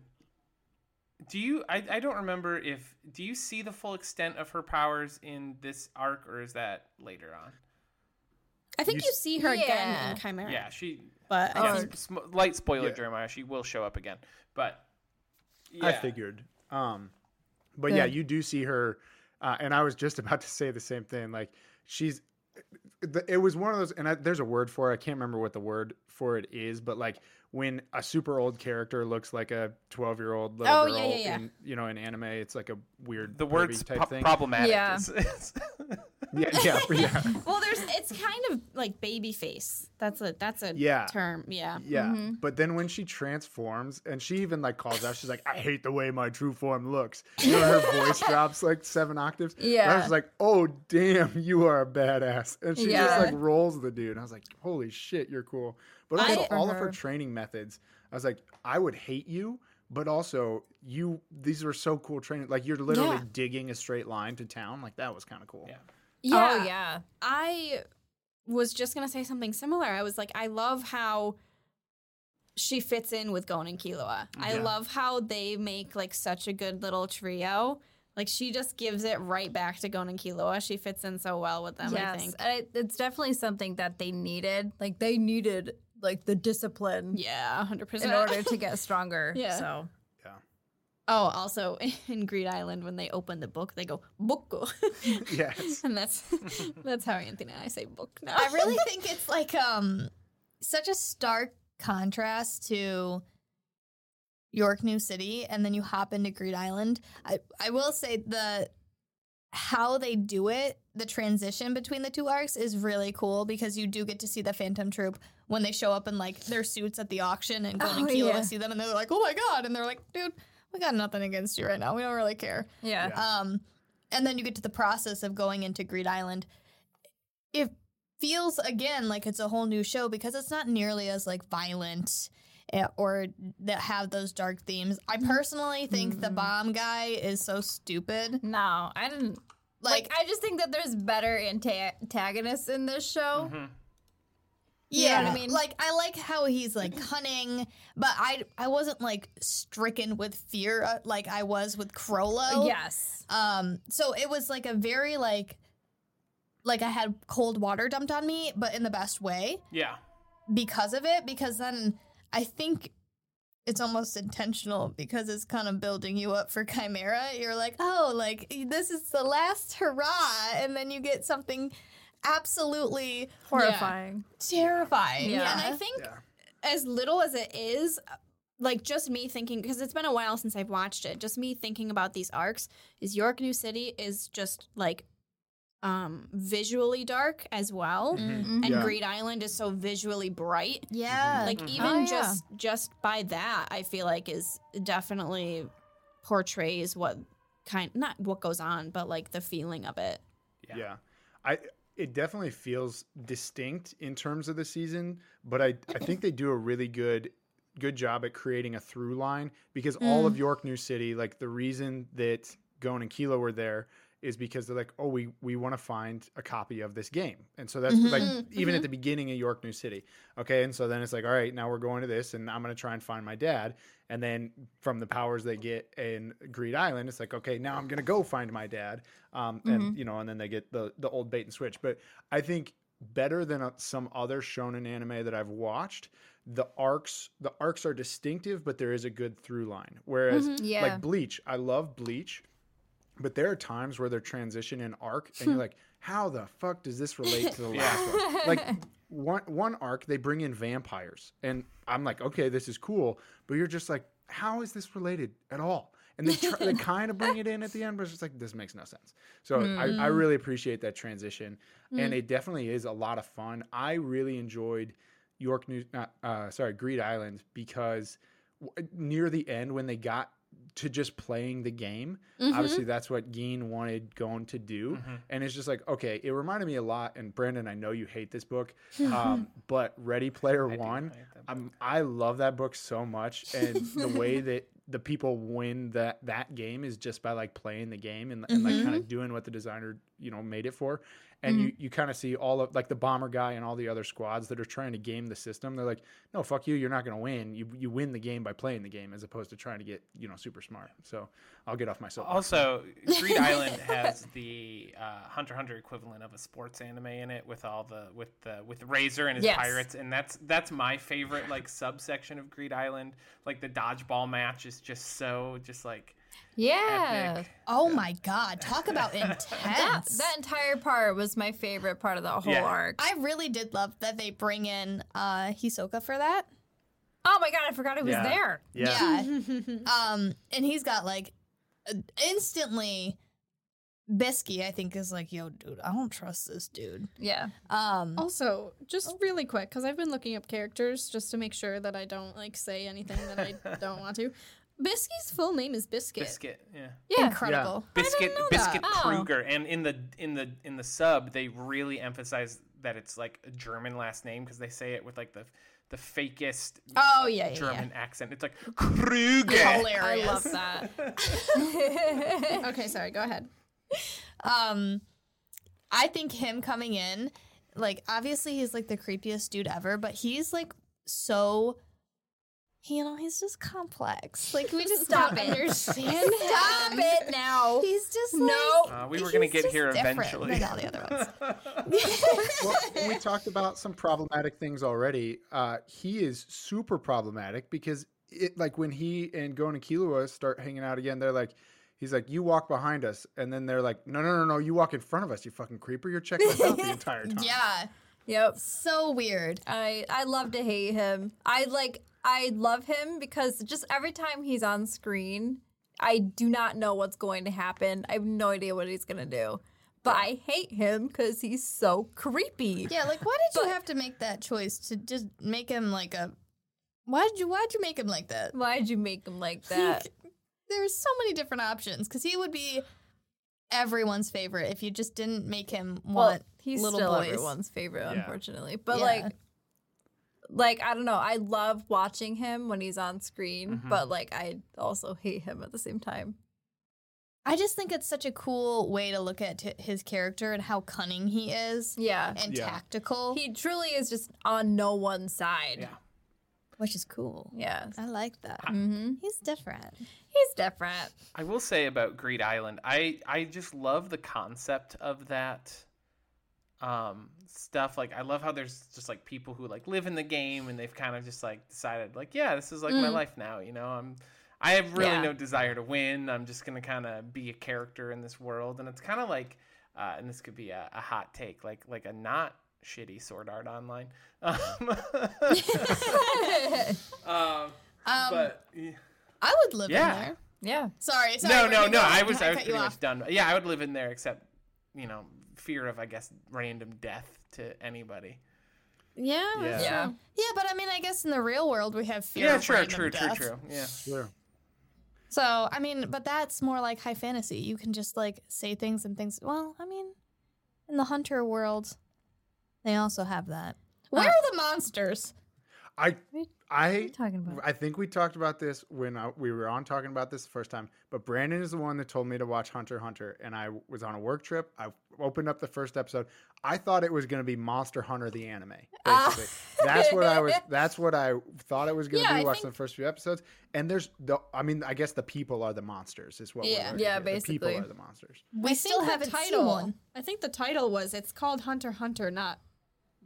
Speaker 4: do you? I, I don't remember if do you see the full extent of her powers in this arc, or is that later on?
Speaker 3: I think
Speaker 5: You
Speaker 3: you, see her
Speaker 2: Yeah.
Speaker 3: again in Chimera.
Speaker 4: Yeah, she.
Speaker 3: But I
Speaker 4: yeah,
Speaker 3: think
Speaker 2: Arc.
Speaker 4: sm- light spoiler,
Speaker 5: Yeah.
Speaker 4: Jeremiah. She will show up again, but
Speaker 5: I
Speaker 4: yeah.
Speaker 5: figured. Um, but yeah,
Speaker 2: Good.
Speaker 5: you do see her, uh, and I was just (laughs) about to say the same thing. Like she's, the- it was one of those, and I, there's a word for it. I can't remember what the word for it is, but like when a super old character looks like a 12 year old little
Speaker 3: Oh,
Speaker 5: girl,
Speaker 3: yeah, yeah, yeah.
Speaker 5: In, you know, in anime, it's like a weird
Speaker 4: The
Speaker 5: pervy
Speaker 4: word's
Speaker 5: type
Speaker 4: pro-
Speaker 5: thing.
Speaker 4: problematic.
Speaker 2: Yeah.
Speaker 4: It's- it's-
Speaker 5: (laughs) yeah, yeah, yeah.
Speaker 3: well, there's it's kind of like baby face. That's a that's a
Speaker 5: Yeah.
Speaker 3: term. Yeah.
Speaker 5: Yeah.
Speaker 2: Mm-hmm.
Speaker 5: But then when she transforms and she even like calls out, she's like, I hate the way my true form looks. You know, her
Speaker 2: (laughs)
Speaker 5: voice drops like seven octaves. And I
Speaker 2: Yeah.
Speaker 5: was like, oh, damn, you are a badass. And she just
Speaker 2: Yeah.
Speaker 5: like rolls the dude. And I was like, holy shit, you're cool. But also,
Speaker 2: Good for
Speaker 5: all of her
Speaker 2: her.
Speaker 5: training methods, I was like, I would hate you. But also, you these were so cool training. Like you're literally
Speaker 3: Yeah.
Speaker 5: digging a straight line to town. Like that was kind of cool.
Speaker 4: Yeah.
Speaker 2: Oh yeah.
Speaker 3: I was just gonna say something similar. I was like, I love how she fits in with Gon and Killua. I
Speaker 5: Yeah.
Speaker 3: love how they make like such a good little trio. Like she just gives it right back to Gon and Killua. She fits in so well with them. I think.
Speaker 2: and it- it's definitely something that they needed. Like they needed like the discipline
Speaker 3: Yeah, hundred
Speaker 2: in
Speaker 3: percent.
Speaker 2: order
Speaker 3: (laughs)
Speaker 2: to get stronger.
Speaker 3: Yeah.
Speaker 2: So
Speaker 3: Oh, also (laughs) in Greed Island, when they open the book, they go "book,"
Speaker 5: (laughs) Yes.
Speaker 3: (laughs) and that's that's how Anthony and I say "book" now.
Speaker 1: (laughs) I
Speaker 3: (laughs)
Speaker 2: (laughs)
Speaker 1: really think it's like um such a stark contrast to York New City and then you hop into Greed Island. I I will say the how they do it the transition between the two arcs is really cool because you do get to see the Phantom Troop when they show up in like their suits at the auction and Glenn and
Speaker 2: Oh,
Speaker 1: Keela
Speaker 2: yeah.
Speaker 1: see them and they're like, oh my god, and they're like, dude, we got nothing against you right now. We don't really care.
Speaker 2: Yeah.
Speaker 5: Yeah.
Speaker 1: Um, and then you get to the process of going into Greed Island. It feels again like it's a whole new show because it's not nearly as like violent eh, or that have those dark themes. I personally think the bomb guy is so stupid.
Speaker 2: No, I didn't. Like,
Speaker 1: Like,
Speaker 2: I just think that there's better anta- antagonists in this show.
Speaker 4: mm-hmm,
Speaker 1: yeah,
Speaker 2: know what
Speaker 1: I
Speaker 2: I
Speaker 1: mean,
Speaker 2: mean?
Speaker 1: like I like how he's like cunning, but I I wasn't like stricken with fear uh, like I was with
Speaker 3: Mm-hmm.
Speaker 1: Crollo.
Speaker 2: Yes.
Speaker 1: Um, so it was like a very like like I had cold water dumped on me, but in the best way
Speaker 4: Yeah.
Speaker 1: because of it. Because then I think it's almost intentional because it's kind of building you up for Chimera. You're like, oh, like this is the last hurrah, and then you get something absolutely
Speaker 2: Horrifying.
Speaker 1: terrifying.
Speaker 2: Yeah.
Speaker 3: And I think
Speaker 5: Yeah.
Speaker 3: as little as it is, like just me thinking, because it's been a while since I've watched it, just me thinking about these arcs is York New City is just like um visually dark as well.
Speaker 2: Mm-hmm.
Speaker 3: And
Speaker 5: Yeah.
Speaker 3: Greed Island is so visually bright.
Speaker 1: Yeah.
Speaker 3: Like even
Speaker 2: Oh, yeah.
Speaker 3: just just by that, I feel like is definitely portrays what kind not what goes on, but like the feeling of it.
Speaker 4: Yeah.
Speaker 5: Yeah. I it definitely feels distinct in terms of the season, but I I think they do a really good good job at creating a through line because all of York New City, like the reason that Gon and Kilo were there is because they're like, oh, we we want to find a copy of this game, and so that's like even at the beginning of York New City, okay, and so then it's like, all right, now we're going to this, and I'm gonna try and find my dad, and then from the powers they get in Greed Island, it's like, okay, now I'm gonna go find my dad, um, and you know, and then they get the the old bait and switch, but I think better than uh, some other shonen anime that I've watched. The arcs, the arcs are distinctive, but there is a good through line. Whereas,
Speaker 2: Yeah.
Speaker 5: like Bleach, I love Bleach, but there are times where they're transition and arc, and you're like, how the fuck does this relate to the last one? Like one one arc, they bring in vampires, and I'm like, okay, this is cool, but you're just like, how is this related at all? And they, try, they kind of bring it in at the end, but it's just like this makes no sense. So I, I really appreciate that transition, and it definitely is a lot of fun. I really enjoyed York New, not, uh, sorry, Greed Island because w- near the end when they got to just playing the game, obviously that's what Geen wanted going to do,
Speaker 4: Mm-hmm.
Speaker 5: and it's just like okay, it reminded me a lot. And Brandon, I know you hate this book, um, but Ready Player One, um, I love that book so much, and the way that the people win that that game is just by like playing the game and, and like kind of doing what the designer you know made it for and you, you kind of see all of like the bomber guy and all the other squads that are trying to game the system they're like no fuck you you're not going to win you you win the game by playing the game as opposed to trying to get you know super smart so i'll get off myself
Speaker 4: Also, Greed Island has the uh, Hunter x Hunter equivalent of a sports anime in it, with all the with the with Razor and his
Speaker 2: Yes.
Speaker 4: pirates, and that's that's my favorite like subsection of Greed Island. Like the dodgeball match is just so just like
Speaker 2: Yeah.
Speaker 4: epic.
Speaker 1: oh my god, talk about intense.
Speaker 2: (laughs) That, that entire part was my favorite part of the whole
Speaker 4: Yeah.
Speaker 2: arc.
Speaker 1: I really did love that they bring in uh Hisoka for that.
Speaker 2: oh my god, I forgot it was
Speaker 4: Yeah.
Speaker 2: there.
Speaker 5: yeah
Speaker 2: (laughs)
Speaker 1: um, and he's got like uh, instantly Bisky, I think, is like, yo, dude, I don't trust this dude.
Speaker 2: Yeah.
Speaker 1: Um,
Speaker 2: Oh,
Speaker 3: Also, just really quick, because I've been looking up characters just to make sure that I don't like say anything that I don't want to. Biscuit's full name is Biscuit.
Speaker 4: biscuit, yeah.
Speaker 2: Yeah.
Speaker 1: incredible.
Speaker 4: Biscuit
Speaker 3: know that.
Speaker 4: Biscuit
Speaker 2: Oh.
Speaker 4: Kruger, and in the in the in the sub, they really emphasize that it's like a German last name because they say it with like the the fakest
Speaker 1: Oh yeah, Oh, yeah,
Speaker 4: German accent. It's like Kruger. (laughs)
Speaker 1: yeah.
Speaker 2: I
Speaker 1: hilarious.
Speaker 2: love that.
Speaker 3: (laughs) Okay, sorry. Go ahead.
Speaker 1: um, I think him coming in, like, obviously he's like the creepiest dude ever, but he's like so. You know, he's just complex. Like we just
Speaker 2: Stop
Speaker 1: don't
Speaker 2: it.
Speaker 1: understand.
Speaker 2: (laughs) Stop
Speaker 1: him.
Speaker 2: it now.
Speaker 1: He's just
Speaker 2: No.
Speaker 1: Like,
Speaker 4: Uh, we were gonna
Speaker 1: he's
Speaker 4: get
Speaker 1: just
Speaker 4: here
Speaker 1: different
Speaker 4: eventually.
Speaker 1: Than all the other ones.
Speaker 4: (laughs)
Speaker 1: (laughs)
Speaker 5: well, we talked about some problematic things already. Uh, he is super problematic because it like when he and Gon and Killua start hanging out again, they're like, he's like, you walk behind us, and then they're like, no, no, no, no, you walk in front of us, you fucking creeper, you're checking us out the entire time.
Speaker 1: Yeah,
Speaker 2: Yep.
Speaker 1: so weird.
Speaker 2: I I love to hate him. I like I love him because just every time he's on screen, I do not know what's going to happen. I have no idea what he's gonna do. but I hate him because he's so creepy.
Speaker 1: Yeah, like why did you have to make that choice to just make him like a? Why did you Why'd you make him like that?
Speaker 2: Why'd you make him like that?
Speaker 1: (laughs) There's so many different options because he would be everyone's favorite if you just didn't make him
Speaker 2: well,
Speaker 1: want
Speaker 2: he's
Speaker 1: little
Speaker 2: still
Speaker 1: boys.
Speaker 2: everyone's favorite,
Speaker 4: Yeah.
Speaker 2: unfortunately. But
Speaker 1: Yeah.
Speaker 2: like, like I don't know. I love watching him when he's on screen,
Speaker 4: Mhm.
Speaker 2: but like I also hate him at the same time.
Speaker 1: I just think it's such a cool way to look at t- his character and how cunning he is
Speaker 2: Yeah,
Speaker 1: and
Speaker 5: Yeah.
Speaker 1: tactical,
Speaker 2: he truly is just on no one side.
Speaker 4: Yeah.
Speaker 1: which is cool.
Speaker 2: yeah.
Speaker 1: I like that.
Speaker 2: Mm-hmm.
Speaker 1: He's different.
Speaker 2: He's different.
Speaker 4: I will say about Greed Island, I I just love the concept of that um stuff like I love how there's just like people who like live in the game and they've kind of just like decided like yeah, this is like my
Speaker 2: Mm.
Speaker 4: life now, you know. I'm I have really
Speaker 2: Yeah.
Speaker 4: no desire to win. I'm just going to kind of be a character in this world and it's kind of like uh, and this could be a, a hot take like like a not shitty sword art online. (laughs) Um, um,
Speaker 1: Um,
Speaker 4: but
Speaker 1: I would live
Speaker 4: Yeah.
Speaker 1: in there.
Speaker 2: yeah.
Speaker 1: Sorry, sorry.
Speaker 4: no,
Speaker 1: we're
Speaker 4: no,
Speaker 1: gonna
Speaker 4: no.
Speaker 1: go-
Speaker 4: I was,
Speaker 1: cut
Speaker 4: I was
Speaker 1: you
Speaker 4: pretty
Speaker 1: off.
Speaker 4: much done. Yeah, I would live in there, except you know, fear of, I guess, random death to anybody.
Speaker 1: Yeah,
Speaker 5: Yeah.
Speaker 1: that's
Speaker 2: Yeah.
Speaker 1: true. Yeah, but I mean, I guess in the real world we have fear.
Speaker 4: yeah,
Speaker 1: of
Speaker 4: true,
Speaker 1: random
Speaker 4: true,
Speaker 1: death.
Speaker 4: true, true. Yeah,
Speaker 5: Sure.
Speaker 1: So I mean, but that's more like high fantasy. You can just like say things and things. Well, I mean, in the hunter world, they also have that.
Speaker 2: Uh,
Speaker 1: Where are the monsters?
Speaker 5: I I
Speaker 2: talking about?
Speaker 5: I think we talked about this when I, we were on talking about this the first time, but Brandon is the one that told me to watch Hunter x Hunter, and I was on a work trip. I opened up the first episode. I thought it was going to be Monster Hunter the anime.
Speaker 2: (laughs) Oh.
Speaker 5: Basically, that's what I was. That's what I thought it was going to
Speaker 2: Yeah,
Speaker 5: be
Speaker 2: I
Speaker 5: watching the first few episodes. And there's the. I mean, I guess the people are the monsters. Is what. we're
Speaker 1: Yeah.
Speaker 5: learning
Speaker 2: Yeah,
Speaker 5: here. The
Speaker 2: basically.
Speaker 5: people are the monsters.
Speaker 3: We
Speaker 1: I
Speaker 3: still
Speaker 1: think
Speaker 3: have
Speaker 1: the
Speaker 3: a
Speaker 1: title-
Speaker 3: title. I think the title was it's called Hunter x Hunter, not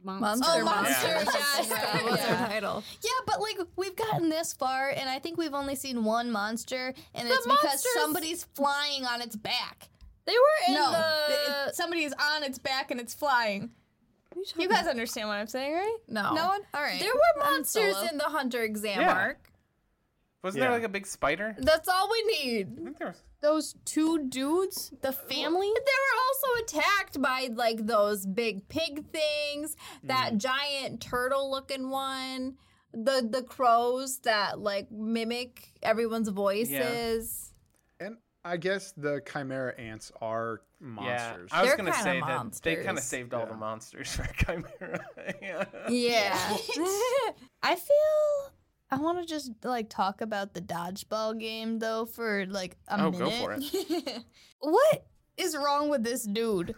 Speaker 3: Monster.
Speaker 2: Monster,
Speaker 1: Oh, monster.
Speaker 2: monster. Yeah.
Speaker 1: Yes,
Speaker 2: that was
Speaker 3: yeah.
Speaker 2: our title.
Speaker 1: Yeah, but like we've gotten this far, and I think we've only seen one monster, and it's because
Speaker 2: monsters-
Speaker 1: somebody's flying on its back.
Speaker 2: They were in
Speaker 1: no,
Speaker 2: the.
Speaker 1: it- somebody's on its back and it's flying. You guys understand what I'm saying, right?
Speaker 2: no.
Speaker 1: No one. All right.
Speaker 2: There were
Speaker 1: I'm
Speaker 2: monsters
Speaker 1: solo.
Speaker 2: in the Hunter exam
Speaker 4: Yeah.
Speaker 2: arc.
Speaker 4: wasn't
Speaker 5: Yeah.
Speaker 4: there like a big spider?
Speaker 2: That's all we need.
Speaker 4: I think there was.
Speaker 1: those two dudes, the family.
Speaker 2: But they were also attacked by like those big pig things, that giant turtle looking one, the the crows that like mimic everyone's voices.
Speaker 5: And I guess the chimera ants are monsters.
Speaker 4: Yeah, I was
Speaker 2: They're
Speaker 4: gonna
Speaker 2: kinda
Speaker 4: say that they kind of
Speaker 2: monsters.
Speaker 4: saved all the
Speaker 5: Yeah.
Speaker 4: monsters for (laughs) Chimera. (laughs) yeah.
Speaker 2: Yeah. (laughs)
Speaker 1: I feel I want to just like talk about the dodgeball game though for like a
Speaker 4: Oh,
Speaker 1: minute.
Speaker 4: go for
Speaker 1: it. what is wrong with this dude?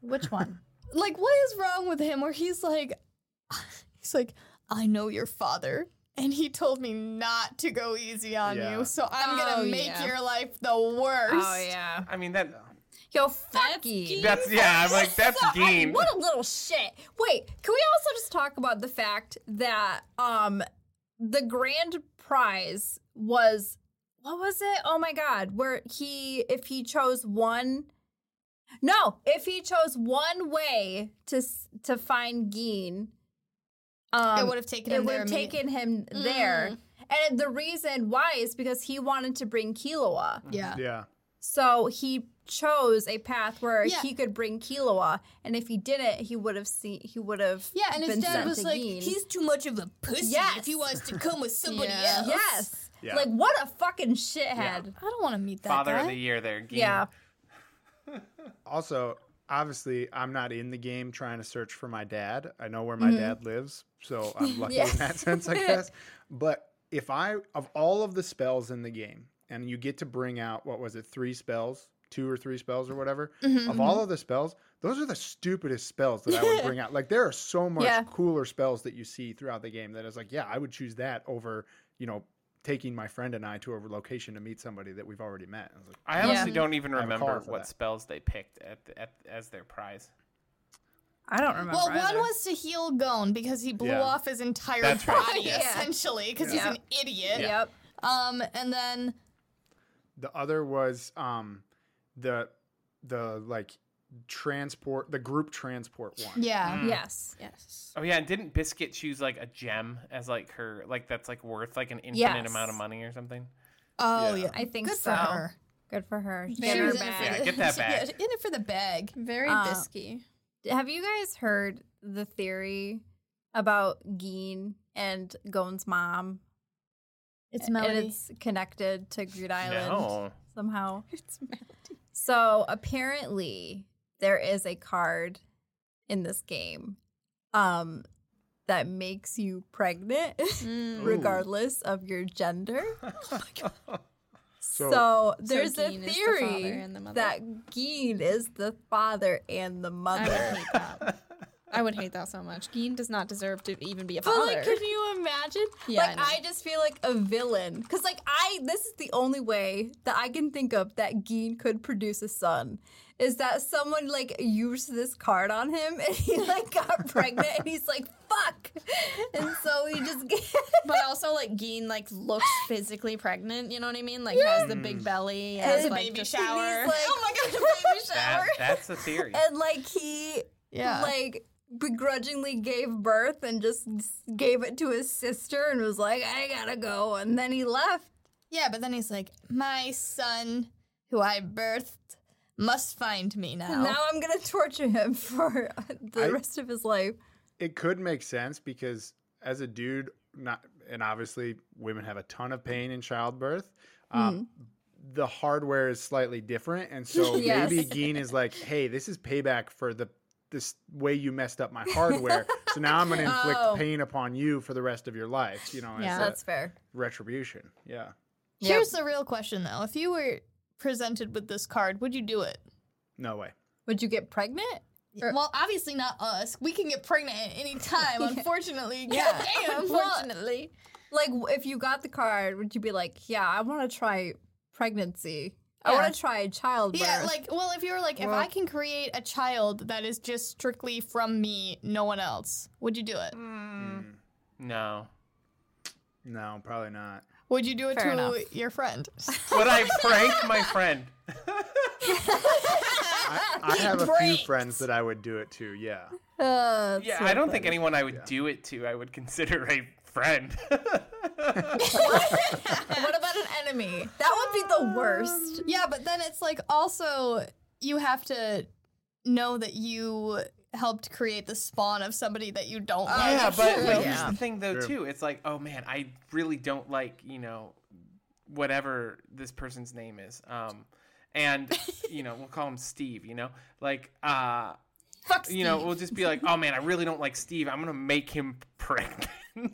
Speaker 3: Which one?
Speaker 1: (laughs) Like, what is wrong with him? Where he's like, (sighs) he's like, I know your father. And he told me not to go easy on
Speaker 5: Yeah.
Speaker 1: you, so I'm gonna
Speaker 2: Oh,
Speaker 1: make
Speaker 2: yeah.
Speaker 1: your life the worst.
Speaker 2: oh yeah.
Speaker 4: I mean that.
Speaker 2: Yo, fuck you.
Speaker 4: That's yeah. I'm like that's
Speaker 2: So- I-
Speaker 4: Gene.
Speaker 2: what a little shit. Wait, can we also just talk about the fact that um the grand prize was what was it? Oh my god, where he if he chose one No, if he chose one way to s- to find Gene um
Speaker 1: It would have taken
Speaker 2: it
Speaker 1: him
Speaker 2: would
Speaker 1: there.
Speaker 2: have
Speaker 1: immediate- Mm-hmm.
Speaker 2: taken him there. And the reason why is because he wanted to bring Kilowa.
Speaker 1: Yeah.
Speaker 5: Yeah.
Speaker 2: So he chose a path where
Speaker 1: Yeah.
Speaker 2: he could bring Kilowa, and if he didn't, he would have seen. He would have.
Speaker 1: Yeah, and his
Speaker 2: been
Speaker 1: dad
Speaker 2: sent
Speaker 1: was
Speaker 2: to
Speaker 1: like,
Speaker 2: Gein.
Speaker 1: he's too much of a pussy
Speaker 2: Yes.
Speaker 1: if he wants to come
Speaker 2: (laughs)
Speaker 1: with somebody
Speaker 3: Yeah.
Speaker 1: else.
Speaker 2: yes,
Speaker 5: Yeah.
Speaker 2: like what a fucking shithead.
Speaker 1: I don't want to meet that
Speaker 4: Father
Speaker 1: guy.
Speaker 4: of the year there, Gene.
Speaker 2: Yeah,
Speaker 5: also obviously i'm not in the game trying to search for my dad i know where my dad lives so i'm lucky
Speaker 2: Yeah.
Speaker 5: in that sense i guess but if i of all of the spells in the game and you get to bring out what was it three spells two or three spells or whatever
Speaker 2: Mm-hmm,
Speaker 5: of all of the spells those are the stupidest spells that i would bring out like there are so much
Speaker 2: Yeah.
Speaker 5: cooler spells that you see throughout the game that is like yeah i would choose that over you know taking my friend and i to a location to meet somebody that we've already met I was like,
Speaker 4: I honestly don't even
Speaker 5: have a
Speaker 4: remember
Speaker 5: card for
Speaker 4: what
Speaker 5: that.
Speaker 4: spells they picked at, the- at as their prize.
Speaker 2: I don't remember.
Speaker 1: Well, one was to heal Gone because he blew
Speaker 5: Yeah.
Speaker 1: off his entire
Speaker 4: That's right.
Speaker 1: body
Speaker 2: Yeah.
Speaker 1: essentially because
Speaker 2: Yeah.
Speaker 1: he's an idiot.
Speaker 2: Yep.
Speaker 1: Um, and then
Speaker 5: The other was um the the like transport the group transport one.
Speaker 1: yeah,
Speaker 4: Mm.
Speaker 2: Mm. Yes.
Speaker 3: yes.
Speaker 4: Oh yeah, and didn't Biscuit choose like a gem as like her like that's like worth like an infinite amount
Speaker 2: Yes.
Speaker 4: of money or something?
Speaker 1: oh
Speaker 5: Yeah.
Speaker 1: yeah,
Speaker 2: I think
Speaker 1: good
Speaker 2: so.
Speaker 1: for her.
Speaker 2: Good for her. She
Speaker 3: Very
Speaker 2: got her
Speaker 3: good
Speaker 2: back.
Speaker 4: for Yeah,
Speaker 1: (laughs)
Speaker 4: get that back.
Speaker 1: in it for the bag.
Speaker 3: Very
Speaker 2: Uh,
Speaker 3: bisky.
Speaker 2: Have you guys heard the theory about Geen and Gone's mom?
Speaker 1: It's
Speaker 2: And it's connected to Greed Island
Speaker 4: No.
Speaker 2: somehow.
Speaker 3: (laughs) It's melody.
Speaker 2: So apparently there is a card in this game um that makes you pregnant (laughs)
Speaker 3: Mm.
Speaker 2: regardless of your gender. So,
Speaker 5: So-
Speaker 2: there's a
Speaker 3: Geen is the
Speaker 2: theory
Speaker 3: father and the mother.
Speaker 2: that Geen is the father and the
Speaker 3: I would
Speaker 2: mother.
Speaker 3: hate that. I would hate that so much. Geen does not deserve to even be a
Speaker 2: But
Speaker 3: father.
Speaker 2: like, can you imagine?
Speaker 3: Yeah,
Speaker 2: like,
Speaker 3: I know.
Speaker 2: I, just feel like a villain because, like, I this is the only way that I can think of that Geen could produce a son is that someone like used this card on him and he (laughs) like got pregnant and he's like, "Fuck," and so he just
Speaker 3: but also like Geen like looks physically pregnant. You know what I mean? Like has the big belly. And
Speaker 2: (laughs) Has a
Speaker 3: like,
Speaker 1: baby
Speaker 3: just- (laughs)
Speaker 1: shower.
Speaker 2: And he's like, oh my god, (laughs) a baby
Speaker 4: That,
Speaker 2: shower.
Speaker 4: that's the
Speaker 2: (laughs)
Speaker 4: theory.
Speaker 2: and like he
Speaker 1: yeah.
Speaker 2: like begrudgingly gave birth and just gave it to his sister and was like, I gotta go. And then he left.
Speaker 1: yeah, but then he's like, my son, who I birthed, must find me now.
Speaker 2: And now I'm gonna torture him (laughs) for the
Speaker 5: I-
Speaker 2: rest of his life.
Speaker 5: it could make sense because as a dude, not and obviously women have a ton of pain in childbirth. Um, The hardware is slightly different, and so
Speaker 2: Mm-hmm. (laughs) Yes.
Speaker 5: maybe Geen is like, "Hey, this is payback for the this way you messed up my hardware. so now I'm
Speaker 2: (laughs)
Speaker 5: going to inflict
Speaker 2: Oh.
Speaker 5: pain upon you for the rest of your life. You know,
Speaker 3: Yeah.
Speaker 5: as a
Speaker 2: That's fair.
Speaker 5: retribution. Yeah,
Speaker 1: Here's the real question, though. If you were presented with this card, would you do it?
Speaker 5: no way.
Speaker 2: Would you get pregnant? Or-
Speaker 1: well, obviously not us. We can get pregnant at (laughs) any time, unfortunately.
Speaker 2: Yeah.
Speaker 1: Goddamn.
Speaker 2: Unfortunately. Like, w- if you got the card, would you be like, yeah, I wanna try pregnancy? I
Speaker 1: Yeah.
Speaker 2: wanna try childbirth.
Speaker 1: Yeah, like, well, if you were like, if
Speaker 2: Well-
Speaker 1: I can create a child that is just strictly from me, no one else, would you do it?
Speaker 5: Mm,
Speaker 4: No.
Speaker 5: no, probably not.
Speaker 1: Would you do it
Speaker 2: Fair
Speaker 1: to
Speaker 2: enough.
Speaker 1: your
Speaker 2: (laughs)
Speaker 1: friend?
Speaker 4: Would I prank my friend?
Speaker 5: I, I have a few friends that I would do it to. Yeah,
Speaker 2: Uh, that's
Speaker 4: Yeah,
Speaker 2: so
Speaker 4: I don't
Speaker 2: funny.
Speaker 4: think anyone I would do it to I would consider a friend. (laughs)
Speaker 2: What about an enemy? That would be the worst.
Speaker 1: yeah, but then it's like also you have to know that you helped create the spawn of somebody that you
Speaker 2: Oh,
Speaker 1: don't like.
Speaker 4: yeah, but, but here's
Speaker 2: Yeah.
Speaker 4: the thing though
Speaker 5: True.
Speaker 4: too. It's like, oh man, I really don't like, you know, whatever this person's name is. Um
Speaker 3: (laughs)
Speaker 4: and you know, we'll call him Steve, you know? Like uh
Speaker 1: Fuck
Speaker 4: you know, we'll just be like, "Oh man, I really don't like Steve. I'm gonna make him
Speaker 3: (laughs)
Speaker 4: pregnant." and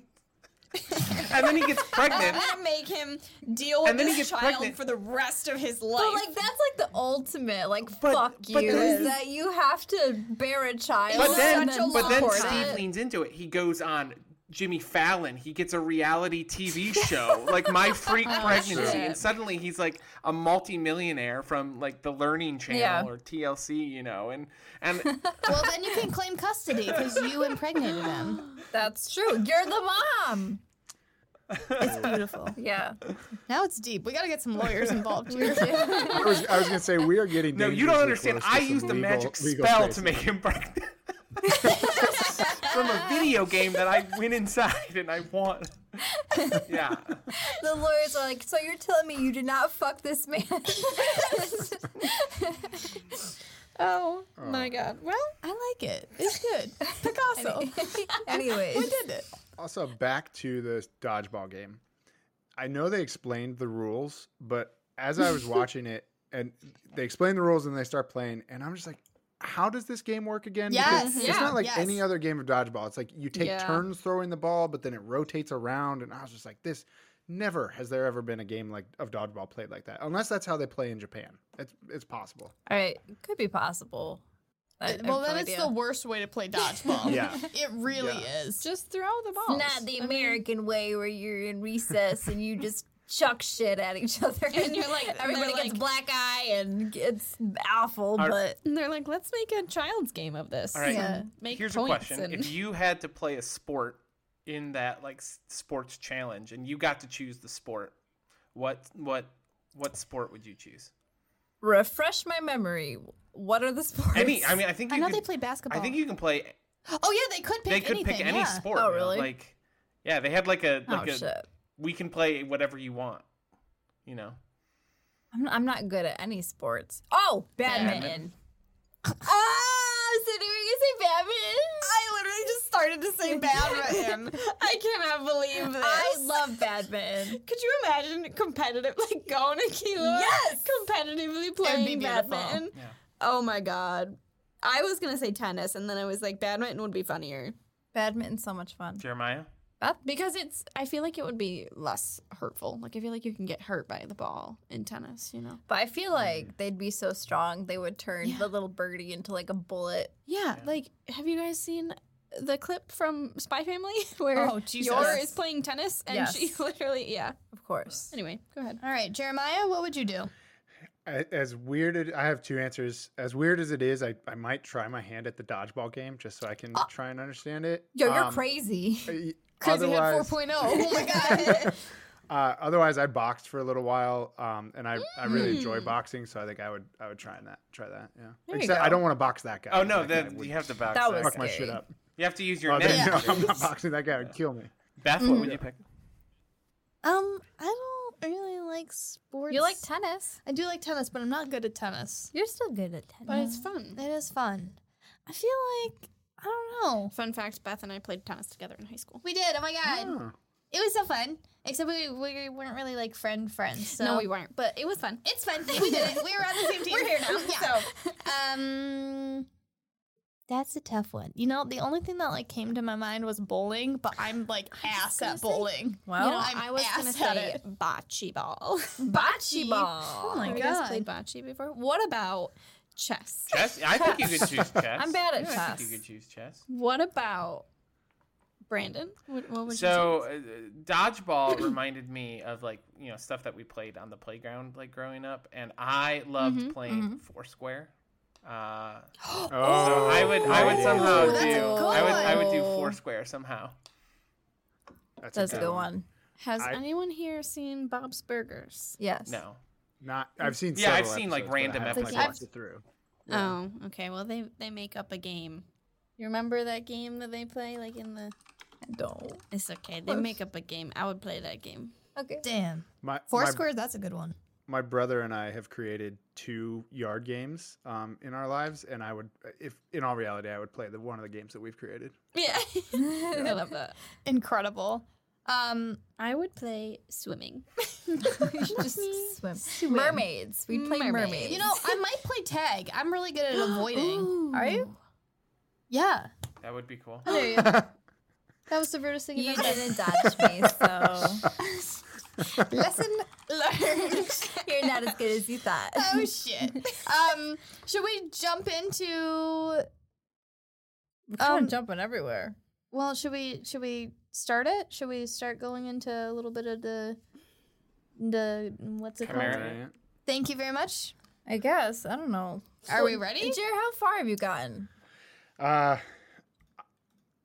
Speaker 4: then he gets pregnant.
Speaker 3: That make him deal
Speaker 4: And
Speaker 3: with
Speaker 4: then he
Speaker 3: this
Speaker 4: gets
Speaker 3: child
Speaker 4: pregnant.
Speaker 3: for the rest of his life.
Speaker 2: But like that's like the ultimate like
Speaker 4: But-
Speaker 2: fuck
Speaker 4: but
Speaker 2: you
Speaker 4: then-
Speaker 2: is that you have to bear a child.
Speaker 4: But then,
Speaker 2: and
Speaker 4: but then
Speaker 2: support
Speaker 4: Steve
Speaker 2: it.
Speaker 4: leans into it. He goes on Jimmy Fallon. He gets a reality TV show like
Speaker 2: (laughs)
Speaker 4: My Freak Pregnancy,
Speaker 2: Oh, shit.
Speaker 4: and suddenly he's like a multimillionaire from like the Learning Channel
Speaker 2: Yeah.
Speaker 4: or TLC, you know. And
Speaker 2: (laughs)
Speaker 4: and
Speaker 1: well, then you can claim custody because you impregnated them.
Speaker 2: That's true. You're the mom.
Speaker 1: (laughs) It's beautiful.
Speaker 2: Yeah.
Speaker 1: Now it's deep. We got to get some lawyers involved
Speaker 2: (laughs)
Speaker 1: here.
Speaker 5: I was, I was gonna say we are getting
Speaker 4: no, you don't
Speaker 5: dangerously
Speaker 4: understand.
Speaker 5: close to
Speaker 4: I
Speaker 5: some
Speaker 4: used a
Speaker 5: legal-
Speaker 4: magic
Speaker 5: legal
Speaker 4: spell to
Speaker 5: cases.
Speaker 4: make him
Speaker 2: (laughs)
Speaker 4: pregnant (laughs) from a video game that I went inside and I won. yeah,
Speaker 2: The lawyers are like, so you're telling me you did not fuck this man? (laughs)
Speaker 3: oh, my god. Well,
Speaker 1: I like it. It's good. Picasso.
Speaker 2: Anyways.
Speaker 1: we did it.
Speaker 5: Also, back to the dodgeball game. I know they explained the rules, but as I was watching it, and they explain the rules and they start playing, and I'm just like, how does this game work again?
Speaker 1: Yes,
Speaker 5: it's
Speaker 1: yeah,
Speaker 5: not like
Speaker 1: yes.
Speaker 5: any other game of dodgeball. It's like you take
Speaker 3: Yeah.
Speaker 5: turns throwing the ball, but then it rotates around, and I was just like, this. Never has there ever been a game like of dodgeball played like that, unless that's how they play in Japan. It's it's possible.
Speaker 2: All right. Could be possible. I- I have
Speaker 1: well,
Speaker 2: no
Speaker 1: then it's
Speaker 2: idea.
Speaker 1: the worst way to play dodgeball.
Speaker 5: Yeah.
Speaker 1: It really
Speaker 5: Yeah.
Speaker 1: is.
Speaker 3: just throw the ball.
Speaker 2: It's not the American way where you're in recess and you just (laughs) chuck shit at each other
Speaker 3: And you're like- and
Speaker 2: (laughs) everybody
Speaker 3: they're
Speaker 2: gets
Speaker 3: like-
Speaker 2: black eye and it's awful
Speaker 4: Our-
Speaker 2: but
Speaker 3: And they're like, let's make a child's game of this.
Speaker 4: All right.
Speaker 2: Yeah.
Speaker 3: Make
Speaker 4: Here's a
Speaker 3: points
Speaker 4: question:
Speaker 3: and-
Speaker 4: If you had to play a sport in that like s- sports challenge, and you got to choose the sport, what what what sport would you choose?
Speaker 2: refresh my memory what are the sports
Speaker 4: Any, I mean, I think you
Speaker 1: I know
Speaker 4: could-
Speaker 1: they play basketball.
Speaker 4: I think you can play.
Speaker 1: oh yeah, they could pick
Speaker 4: they could
Speaker 1: anything.
Speaker 4: pick any
Speaker 1: yeah.
Speaker 4: sport.
Speaker 2: Oh,
Speaker 4: you know,
Speaker 2: really?
Speaker 4: Like, yeah, they had like a
Speaker 2: oh
Speaker 4: like a.
Speaker 2: shit
Speaker 4: We can play whatever you want. You know.
Speaker 2: I'm, I'm not good at any sports. Oh, badminton. ah, so did we say badminton?
Speaker 3: I literally just started to say badminton.
Speaker 2: (laughs)
Speaker 3: I cannot believe this.
Speaker 2: I love badminton.
Speaker 3: Could you imagine competitive, like going to Kilo?
Speaker 2: Yes!
Speaker 3: competitively playing
Speaker 2: beautiful.
Speaker 3: badminton.
Speaker 4: Yeah.
Speaker 3: Oh my god, I was gonna say tennis, and then I was like, badminton would be funnier
Speaker 2: Badminton's so much fun.
Speaker 4: Jeremiah.
Speaker 3: because it's. I feel like it would be less hurtful. Like I feel like you can get hurt by the ball in tennis. You know?
Speaker 2: But I feel like they'd be so strong, they would turn the little birdie into like a bullet.
Speaker 3: Yeah. Like, have you guys seen? The clip from Spy Family where
Speaker 2: Oh, Jesus.
Speaker 3: Yor is playing tennis and
Speaker 2: Yes.
Speaker 3: she (laughs) literally, yeah.
Speaker 2: Of course.
Speaker 3: Anyway, go ahead.
Speaker 1: All right, Jeremiah, what would you do?
Speaker 5: A- As weird, as, I have two answers. As weird as it is, I, I might try my hand at the dodgeball game just so I can try and understand it.
Speaker 2: Yo, you're
Speaker 5: Um,
Speaker 2: crazy.
Speaker 5: y-
Speaker 1: Crazy Head
Speaker 5: otherwise-
Speaker 1: 4.0.
Speaker 5: (laughs)
Speaker 1: Oh my
Speaker 2: (laughs)
Speaker 1: god.
Speaker 5: Uh, otherwise, I boxed for a little while, um, and I, I really enjoy boxing, so I think I would I would try that try that. Yeah,
Speaker 3: you
Speaker 5: except I don't want to box that guy.
Speaker 4: Oh no,
Speaker 5: That guy
Speaker 4: that
Speaker 5: would
Speaker 4: you have to box.
Speaker 2: That
Speaker 4: that.
Speaker 2: was-
Speaker 5: fuck my shit
Speaker 2: scary.
Speaker 5: up.
Speaker 4: You have to use your
Speaker 5: Oh,
Speaker 4: net.
Speaker 5: then, no, (laughs) I'm
Speaker 4: (laughs)
Speaker 5: not boxing that guy. Would kill me.
Speaker 4: Beth, what would you pick?
Speaker 1: um, I don't really like sports.
Speaker 2: You like tennis?
Speaker 1: I do like tennis, but I'm not good at tennis.
Speaker 2: You're still good at tennis.
Speaker 3: But it's fun.
Speaker 1: It is fun. I feel like I don't know.
Speaker 3: Fun fact Beth and I played tennis together in high school.
Speaker 1: We did. Oh my god.
Speaker 5: Oh.
Speaker 1: It was so fun. Except we, we weren't really like friend friends. So
Speaker 3: No, we weren't, but it was fun.
Speaker 1: It's fun. We did it. We were on the same team.
Speaker 3: (laughs) We're here now.
Speaker 1: Yeah.
Speaker 3: So
Speaker 1: Um, that's a tough one. You know, the only thing that like came to my mind was bowling, but I'm like ass at bowling.
Speaker 2: Well,
Speaker 1: you know, I'm
Speaker 3: i was
Speaker 1: ass
Speaker 3: gonna
Speaker 1: at
Speaker 3: say
Speaker 1: it.
Speaker 3: bocce ball.
Speaker 2: bocce
Speaker 1: Oh
Speaker 3: (laughs)
Speaker 2: ball.
Speaker 1: my
Speaker 3: Have you
Speaker 1: god.
Speaker 3: guys played bocce before? What about chess?
Speaker 4: Chess. I think you could choose chess.
Speaker 2: I'm bad at
Speaker 4: Yeah, I think
Speaker 2: chess.
Speaker 4: you could choose chess.
Speaker 3: What about Brandon? What, what would
Speaker 4: so uh, dodgeball (coughs) reminded me of like you know stuff that we played on the playground like growing up and i loved
Speaker 3: Mm-hmm,
Speaker 4: playing foursquare uh,
Speaker 5: Oh,
Speaker 4: so I would, I would
Speaker 5: Ooh,
Speaker 4: somehow do,
Speaker 1: that's a good
Speaker 4: I would, I would do
Speaker 2: one.
Speaker 4: Foursquare somehow.
Speaker 5: That's
Speaker 2: That's a good
Speaker 5: one.
Speaker 2: one.
Speaker 3: you say? Has
Speaker 5: I-
Speaker 3: anyone here seen Bob's Burgers?
Speaker 2: Yes.
Speaker 4: No,
Speaker 5: Not I've seen.
Speaker 4: Yeah, I've
Speaker 5: several
Speaker 4: seen, like,
Speaker 5: episodes, but I
Speaker 4: random
Speaker 5: haven't, like,
Speaker 2: episodes.
Speaker 5: watched it through.
Speaker 3: Oh, okay. Well, they they make up a game. You remember that game that they play, like in the?
Speaker 2: I don't.
Speaker 3: It's okay. They make up a game. I would play that game.
Speaker 2: Okay.
Speaker 1: Damn.
Speaker 5: My,
Speaker 1: Four
Speaker 5: my-
Speaker 1: squares, that's a good one.
Speaker 5: my brother and I have created two yard games um, in our lives, and I would, if in all reality, I would play the one of the games that we've created.
Speaker 3: Yeah, (laughs) I love that.
Speaker 1: Incredible. Um,
Speaker 3: I would play (laughs) swimming.
Speaker 2: (laughs) Just swim. Mermaids. We play mermaids.
Speaker 3: Mermaids.
Speaker 1: you know, I might play tag. I'm really good (gasps) at avoiding.
Speaker 2: are you?
Speaker 1: Yeah.
Speaker 4: that would be cool.
Speaker 1: (laughs) That was the weirdest thing
Speaker 2: You
Speaker 1: you've ever done.
Speaker 2: didn't dodge me, (laughs) so
Speaker 1: Lesson learned.
Speaker 2: you're not as good as you thought.
Speaker 1: oh shit. Um, should we jump into?
Speaker 2: We're
Speaker 4: (laughs)
Speaker 1: kinda
Speaker 4: Um,
Speaker 2: jumping everywhere.
Speaker 1: Well, should we should we start it? Should we start going into a little bit of the the what's it
Speaker 4: Chimera.
Speaker 1: called? Thank you very much.
Speaker 2: I guess. I don't know.
Speaker 1: Are we ready?
Speaker 2: Jer, how far have you gotten?
Speaker 5: Uh,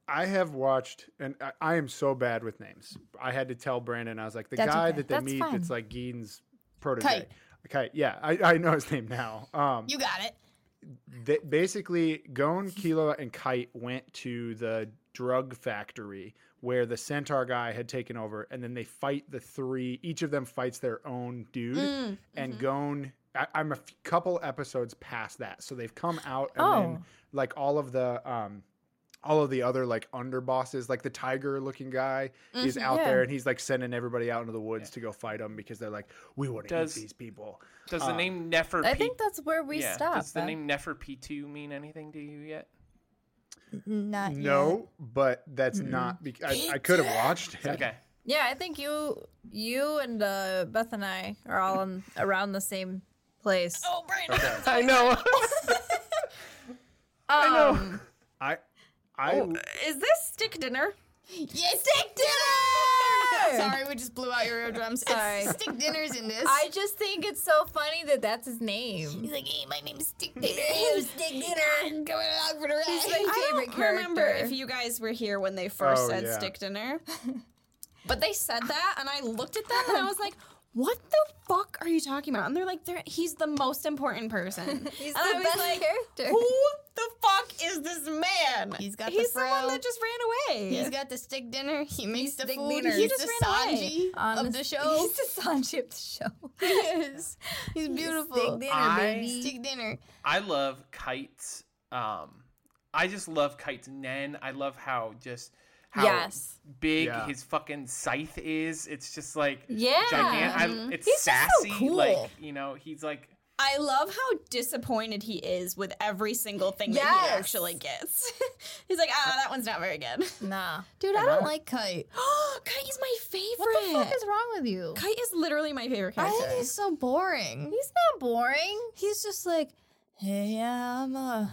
Speaker 5: I have watched, and I, I am so bad with names. I had to tell Brandon, I was like, the
Speaker 2: That's
Speaker 5: guy
Speaker 2: okay.
Speaker 5: that they
Speaker 2: That's
Speaker 5: meet
Speaker 2: fine.
Speaker 5: that's like Geden's protege.
Speaker 1: Kite.
Speaker 5: Okay, yeah, I, I know his name now. Um,
Speaker 1: You got it.
Speaker 5: they, basically, Gon, Kilo, and Kite went to the drug factory where the centaur guy had taken over, and then they fight the three. Each of them fights their own dude,
Speaker 2: Mm,
Speaker 5: and
Speaker 2: mm-hmm.
Speaker 5: Gon. I, I'm a f- couple episodes past that, so they've come out, and then
Speaker 2: Oh.
Speaker 5: like all of the um, all of the other like underbosses, like the tiger looking guy is out
Speaker 2: Mm-hmm, Yeah.
Speaker 5: there, and he's like sending everybody out into the woods to go fight them because they're like, we want to eat
Speaker 4: Does-
Speaker 5: these people.
Speaker 4: Does the name Neferpitu?
Speaker 2: I think that's where we
Speaker 4: yeah,
Speaker 2: stop.
Speaker 4: Does the
Speaker 2: then.
Speaker 4: name Neferpitu mean anything to you yet?
Speaker 1: Not
Speaker 5: No, but that's
Speaker 1: Mm-hmm.
Speaker 5: not because I, I could have watched it. (laughs)
Speaker 4: Okay,
Speaker 2: Yeah, I think you, you and uh, Beth and I are all in, around the same place. Oh,
Speaker 3: (laughs)
Speaker 4: I know. I
Speaker 3: Um,
Speaker 4: know.
Speaker 5: I, I,
Speaker 2: is this stick dinner?
Speaker 1: Yes, stick dinner. Sorry, we just blew out your eardrums.
Speaker 2: Sorry.
Speaker 1: It's stick dinners in this.
Speaker 2: I just think it's so funny that that's his name.
Speaker 1: He's like, hey, my name is Stick Dinner. Hey, Stick Dinner.
Speaker 3: (laughs)
Speaker 1: I'm going along for the ride.
Speaker 2: my
Speaker 3: I
Speaker 2: favorite
Speaker 3: don't remember
Speaker 2: character.
Speaker 3: if you guys were here when they first
Speaker 5: Oh,
Speaker 3: said
Speaker 5: yeah.
Speaker 3: (laughs) stick dinner, but they said that, and I looked at them and I was like, what the fuck are you talking about? And they're like, they're, he's the most important person.
Speaker 2: He's
Speaker 3: And I
Speaker 2: the
Speaker 3: was
Speaker 2: best
Speaker 1: (laughs)
Speaker 3: like,
Speaker 2: character.
Speaker 3: Who the fuck is this man?
Speaker 1: He's got the
Speaker 3: He's the, one
Speaker 1: fro.
Speaker 3: that just ran away.
Speaker 1: He's got the stick dinner. He makes the
Speaker 2: stick
Speaker 1: food.
Speaker 2: dinner.
Speaker 1: He's
Speaker 2: He
Speaker 3: just
Speaker 1: the
Speaker 3: ran away.
Speaker 1: Sanji of the
Speaker 2: Honest-
Speaker 1: show.
Speaker 2: He's the Sanji of the
Speaker 1: (laughs)
Speaker 2: show.
Speaker 1: He is. He's beautiful.
Speaker 2: Big dinner,
Speaker 4: I-
Speaker 2: baby.
Speaker 1: Stick dinner.
Speaker 4: I love kites. Um, I just love kites Nen. I love how just how
Speaker 2: Yes.
Speaker 4: big
Speaker 5: Yeah.
Speaker 4: his fucking scythe is. It's just like
Speaker 2: Yeah.
Speaker 4: gigantic. I, it's
Speaker 3: He's just so
Speaker 4: sassy.
Speaker 3: cool.
Speaker 4: Like you know, he's like
Speaker 3: I love how disappointed he is with every single thing that he
Speaker 2: Yes.
Speaker 3: actually gets. (laughs) he's like, ah, that one's not very good.
Speaker 2: Nah.
Speaker 1: Dude, I don't like (gasps) Kite.
Speaker 3: Kite is my favorite.
Speaker 1: What the fuck is wrong with you?
Speaker 3: (laughs) Kite is literally my favorite
Speaker 1: I
Speaker 3: character.
Speaker 1: think he's so boring.
Speaker 2: He's not boring.
Speaker 1: He's just like, hey, yeah, I'm uh,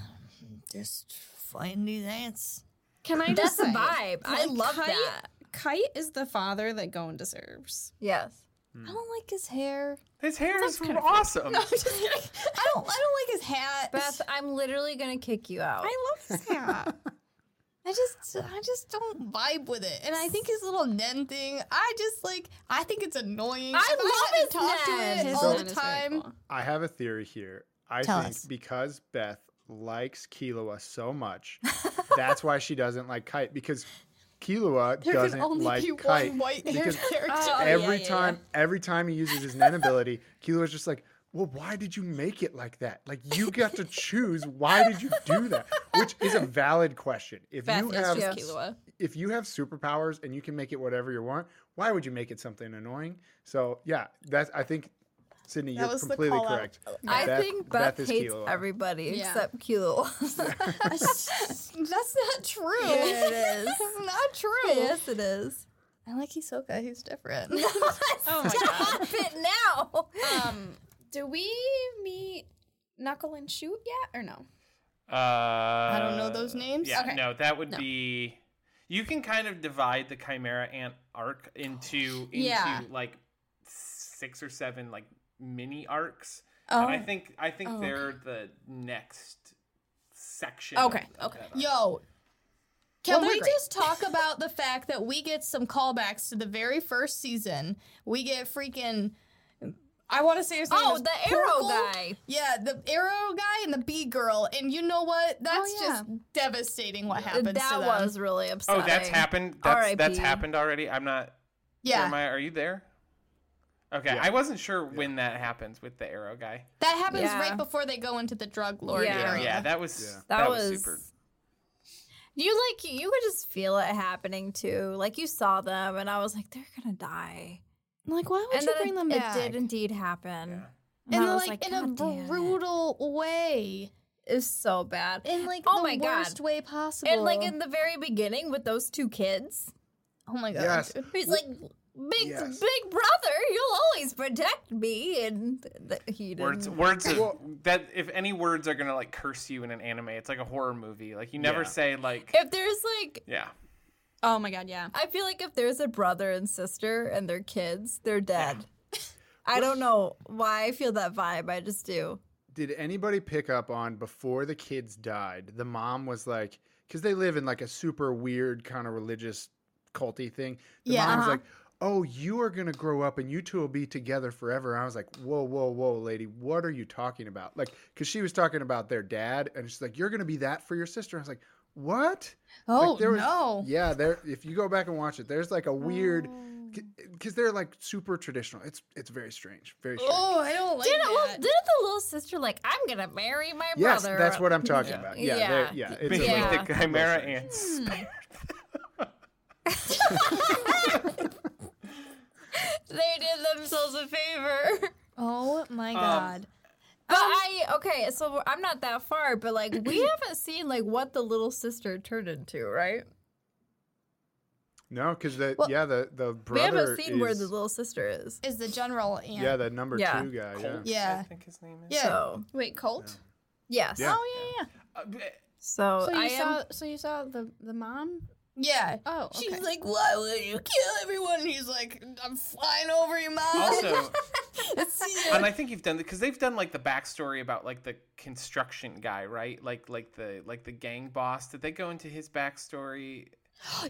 Speaker 1: just find these ants.
Speaker 3: Can I
Speaker 2: That's
Speaker 3: just
Speaker 2: the
Speaker 3: say,
Speaker 2: vibe. I
Speaker 3: like,
Speaker 2: love
Speaker 3: Kite-
Speaker 2: that.
Speaker 3: Kite is the father that Gon deserves.
Speaker 2: Yes.
Speaker 1: I don't like his hair.
Speaker 4: his hair is awesome.
Speaker 1: I don't. I don't like his hat.
Speaker 2: Beth, I'm literally gonna kick you out.
Speaker 3: I love his (laughs) hat.
Speaker 1: I just, I just don't vibe with it. And I think his little Nen thing. I just like. I think it's annoying.
Speaker 2: I
Speaker 1: And
Speaker 2: love
Speaker 1: haven't
Speaker 2: his
Speaker 1: talked
Speaker 2: Nen.
Speaker 1: to it
Speaker 2: His
Speaker 1: all
Speaker 3: Nen
Speaker 1: the
Speaker 3: is very
Speaker 1: time.
Speaker 3: cool.
Speaker 5: I have a theory here. I
Speaker 1: Tell
Speaker 5: think
Speaker 1: us.
Speaker 5: because Beth likes Kilua
Speaker 1: (laughs)
Speaker 5: so much, that's why she doesn't like Kite because Kilua
Speaker 1: There
Speaker 5: doesn't
Speaker 1: can only
Speaker 5: like
Speaker 1: be
Speaker 5: Kite.
Speaker 1: one white haired
Speaker 5: because
Speaker 1: character.
Speaker 3: Oh, yeah,
Speaker 5: every
Speaker 3: yeah,
Speaker 5: time, every time he uses his Nen ability, Kilua's just like, "Well, why did you make it like that? Like you got to choose. Why did you do that?" Which is a valid question. If
Speaker 3: Beth
Speaker 5: you
Speaker 3: is
Speaker 5: have
Speaker 3: just
Speaker 2: Yes.
Speaker 3: Killua.
Speaker 5: if you have superpowers and you can make it whatever you want, why would you make it something annoying? So yeah, that's I think Sydney,
Speaker 1: That
Speaker 5: you're
Speaker 1: was the Oh,
Speaker 5: completely
Speaker 1: call out.
Speaker 5: correct.
Speaker 2: I think Beth,
Speaker 5: is
Speaker 2: hates
Speaker 5: Kilo.
Speaker 2: everybody
Speaker 3: Yeah.
Speaker 2: except (laughs) Kilo.
Speaker 1: That's not true.
Speaker 2: Yeah, it is.
Speaker 1: That's not true.
Speaker 2: yes, it is.
Speaker 1: I like Hisoka. He's different.
Speaker 3: Oh my god.
Speaker 2: Stop (laughs) it now.
Speaker 3: um, do we meet Knuckle and Shoot yet or no?
Speaker 4: Uh, I
Speaker 1: don't know those names.
Speaker 4: Uh, Yeah,
Speaker 3: Okay.
Speaker 4: no, that would
Speaker 3: No.
Speaker 4: be. You can kind of divide the Chimera Ant arc into into
Speaker 3: Yeah.
Speaker 4: like six or seven like mini arcs,
Speaker 3: Oh,
Speaker 4: and I think I think
Speaker 3: Oh, okay.
Speaker 4: they're the next section. of-
Speaker 3: Okay,
Speaker 4: of
Speaker 3: okay.
Speaker 4: that arc.
Speaker 1: Yo, can
Speaker 3: Well, we're
Speaker 1: we
Speaker 3: great.
Speaker 1: just talk about the fact that we get some callbacks to the very first season? We get freaking. I want to say his name.
Speaker 2: oh,
Speaker 1: is
Speaker 2: the arrow
Speaker 1: Porkle.
Speaker 2: guy.
Speaker 1: Yeah, the arrow guy and the bee girl. And you know what? That's
Speaker 2: Oh, yeah.
Speaker 1: just devastating. What happens?
Speaker 2: that
Speaker 1: to them.
Speaker 2: was really upsetting.
Speaker 4: Oh, that's happened. That's, that's
Speaker 2: R.I.P..
Speaker 4: happened already. I'm not.
Speaker 1: yeah.
Speaker 4: Jeremiah, are you there? Okay,
Speaker 5: Yeah.
Speaker 4: I wasn't sure when that happens with the arrow guy.
Speaker 1: That happens
Speaker 2: Yeah.
Speaker 1: right before they go into the drug lord
Speaker 2: Yeah.
Speaker 1: area.
Speaker 4: Yeah, that was
Speaker 5: Yeah.
Speaker 4: that, was, super.
Speaker 2: You like you could just feel it happening too. Like you saw them, and I was like, they're gonna die.
Speaker 1: I'm like, why would
Speaker 2: and
Speaker 1: you
Speaker 2: then
Speaker 1: bring
Speaker 2: it,
Speaker 1: them back?
Speaker 2: It did indeed happen.
Speaker 4: Yeah.
Speaker 2: And, I
Speaker 1: And
Speaker 2: was
Speaker 1: like,
Speaker 2: like,
Speaker 1: in a
Speaker 2: "God damn it."
Speaker 1: brutal way,
Speaker 2: It was so bad.
Speaker 1: in like
Speaker 2: Oh
Speaker 1: the
Speaker 2: my God.
Speaker 1: worst way possible.
Speaker 2: And like in the very beginning with those two kids,
Speaker 1: oh my god,
Speaker 5: Yes.
Speaker 1: dude.
Speaker 2: he's like, "Big,
Speaker 5: Yes.
Speaker 2: big brother, you'll always protect me." And th- he didn't.
Speaker 4: Words, words of,
Speaker 5: Well-
Speaker 4: that if any words are gonna like curse you in an anime, it's like a horror movie. Like you never
Speaker 5: Yeah.
Speaker 4: say like
Speaker 2: If there's like,
Speaker 4: yeah,
Speaker 3: Oh my god, yeah.
Speaker 2: I feel like if there's a brother and sister and their kids, they're dead. (laughs) I don't know why I feel that vibe. I just do.
Speaker 5: Did anybody pick up on before the kids died? The mom was like, because they live in like a super weird kind of religious culty thing. The
Speaker 1: Yeah,
Speaker 5: mom was
Speaker 2: uh-huh.
Speaker 5: like, "Oh, you are gonna grow up and you two will be together forever." And I was like, "Whoa, whoa, whoa, lady, what are you talking about?" Like, because she was talking about their dad, and she's like, "You're gonna be that for your sister." I was like, "What?"
Speaker 1: oh
Speaker 5: Like, there was-
Speaker 1: no,
Speaker 5: Yeah, there. If you go back and watch it, there's like a weird, because they're like super traditional. It's it's very strange, very strange.
Speaker 1: oh I don't like
Speaker 2: Didn't,
Speaker 1: that.
Speaker 2: well, didn't the little sister like I'm gonna marry my
Speaker 5: yes,
Speaker 2: brother?
Speaker 5: that's what I'm talking
Speaker 4: Yeah.
Speaker 5: about. Yeah,
Speaker 2: Yeah.
Speaker 5: they're- yeah. It's
Speaker 4: making
Speaker 5: a little-
Speaker 2: Yeah.
Speaker 4: the chimera
Speaker 5: Yeah.
Speaker 4: ants.
Speaker 2: they did themselves a favor.
Speaker 1: oh
Speaker 5: Um,
Speaker 1: my god,
Speaker 2: But I okay, so I'm not that far, but like
Speaker 5: (clears throat)
Speaker 2: we haven't seen like what the little sister turned into, right?
Speaker 5: No, because the
Speaker 1: Well,
Speaker 5: yeah the the
Speaker 2: We
Speaker 5: brother
Speaker 2: haven't seen
Speaker 5: is,
Speaker 2: where the little sister is.
Speaker 1: is the general ant?
Speaker 5: yeah the number
Speaker 2: Yeah.
Speaker 5: two guy. Oh, Yeah.
Speaker 4: Colt,
Speaker 1: Yeah.
Speaker 4: I think his name is.
Speaker 1: Yeah.
Speaker 2: So
Speaker 3: Wait, Colt?
Speaker 2: yes.
Speaker 5: Yeah.
Speaker 3: Oh yeah, yeah.
Speaker 4: Uh, b-
Speaker 2: So,
Speaker 3: So you
Speaker 2: I am
Speaker 3: saw so you saw the the mom?
Speaker 1: yeah.
Speaker 3: Oh, okay.
Speaker 1: She's like, why would you kill everyone? And he's like, I'm flying over you, mom.
Speaker 4: also,
Speaker 1: (laughs) See ya.
Speaker 4: and I think you've done because they've done like the backstory about like the construction guy, right? Like like the like the gang boss. Did they go into his backstory?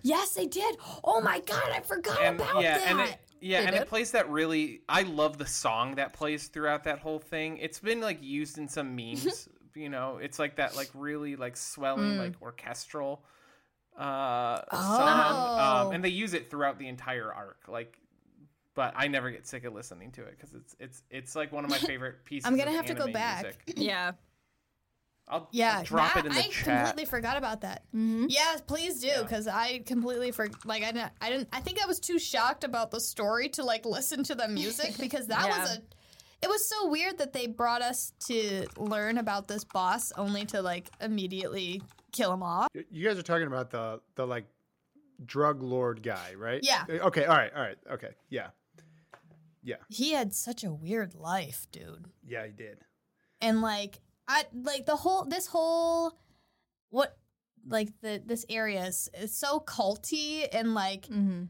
Speaker 1: yes, they did. Oh my god, I forgot
Speaker 4: and
Speaker 1: about
Speaker 4: yeah,
Speaker 1: that.
Speaker 4: and it, yeah,
Speaker 2: They
Speaker 4: and
Speaker 2: did?
Speaker 4: it plays that really. I love the song that plays throughout that whole thing. It's been like used in some
Speaker 1: (laughs)
Speaker 4: memes. you know, it's like that like really like swelling
Speaker 1: Hmm.
Speaker 2: Mm.
Speaker 4: like orchestral uh, song,
Speaker 1: Oh.
Speaker 4: um, and they use it throughout the entire arc. Like, but I never get sick of listening to it because it's it's it's like one of
Speaker 1: (laughs)
Speaker 4: my favorite pieces.
Speaker 1: I'm gonna
Speaker 4: of
Speaker 1: have to go
Speaker 4: anime
Speaker 1: back.
Speaker 4: music.
Speaker 2: (clears throat) Yeah.
Speaker 4: I'll I'll
Speaker 1: yeah,
Speaker 4: drop
Speaker 1: that-
Speaker 4: it in the
Speaker 1: I
Speaker 4: chat.
Speaker 1: completely forgot about that.
Speaker 2: Mm-hmm.
Speaker 1: Yes, please do,
Speaker 4: Yeah.
Speaker 1: because I completely for like I didn't, I didn't I think I was too shocked about the story to like listen to the
Speaker 2: (laughs)
Speaker 1: music because that was
Speaker 2: Yeah.
Speaker 1: a it was so weird that they brought us to learn about this boss only to like immediately kill him off.
Speaker 5: Y- You guys are talking about the the like drug lord guy, right?
Speaker 1: Yeah.
Speaker 5: Uh, Okay. All right. All right. Okay. Yeah.
Speaker 1: He had such a weird life, dude.
Speaker 5: Yeah, he did.
Speaker 1: and like I like the whole this whole what like the this area is, is so culty and like
Speaker 2: Mm-hmm.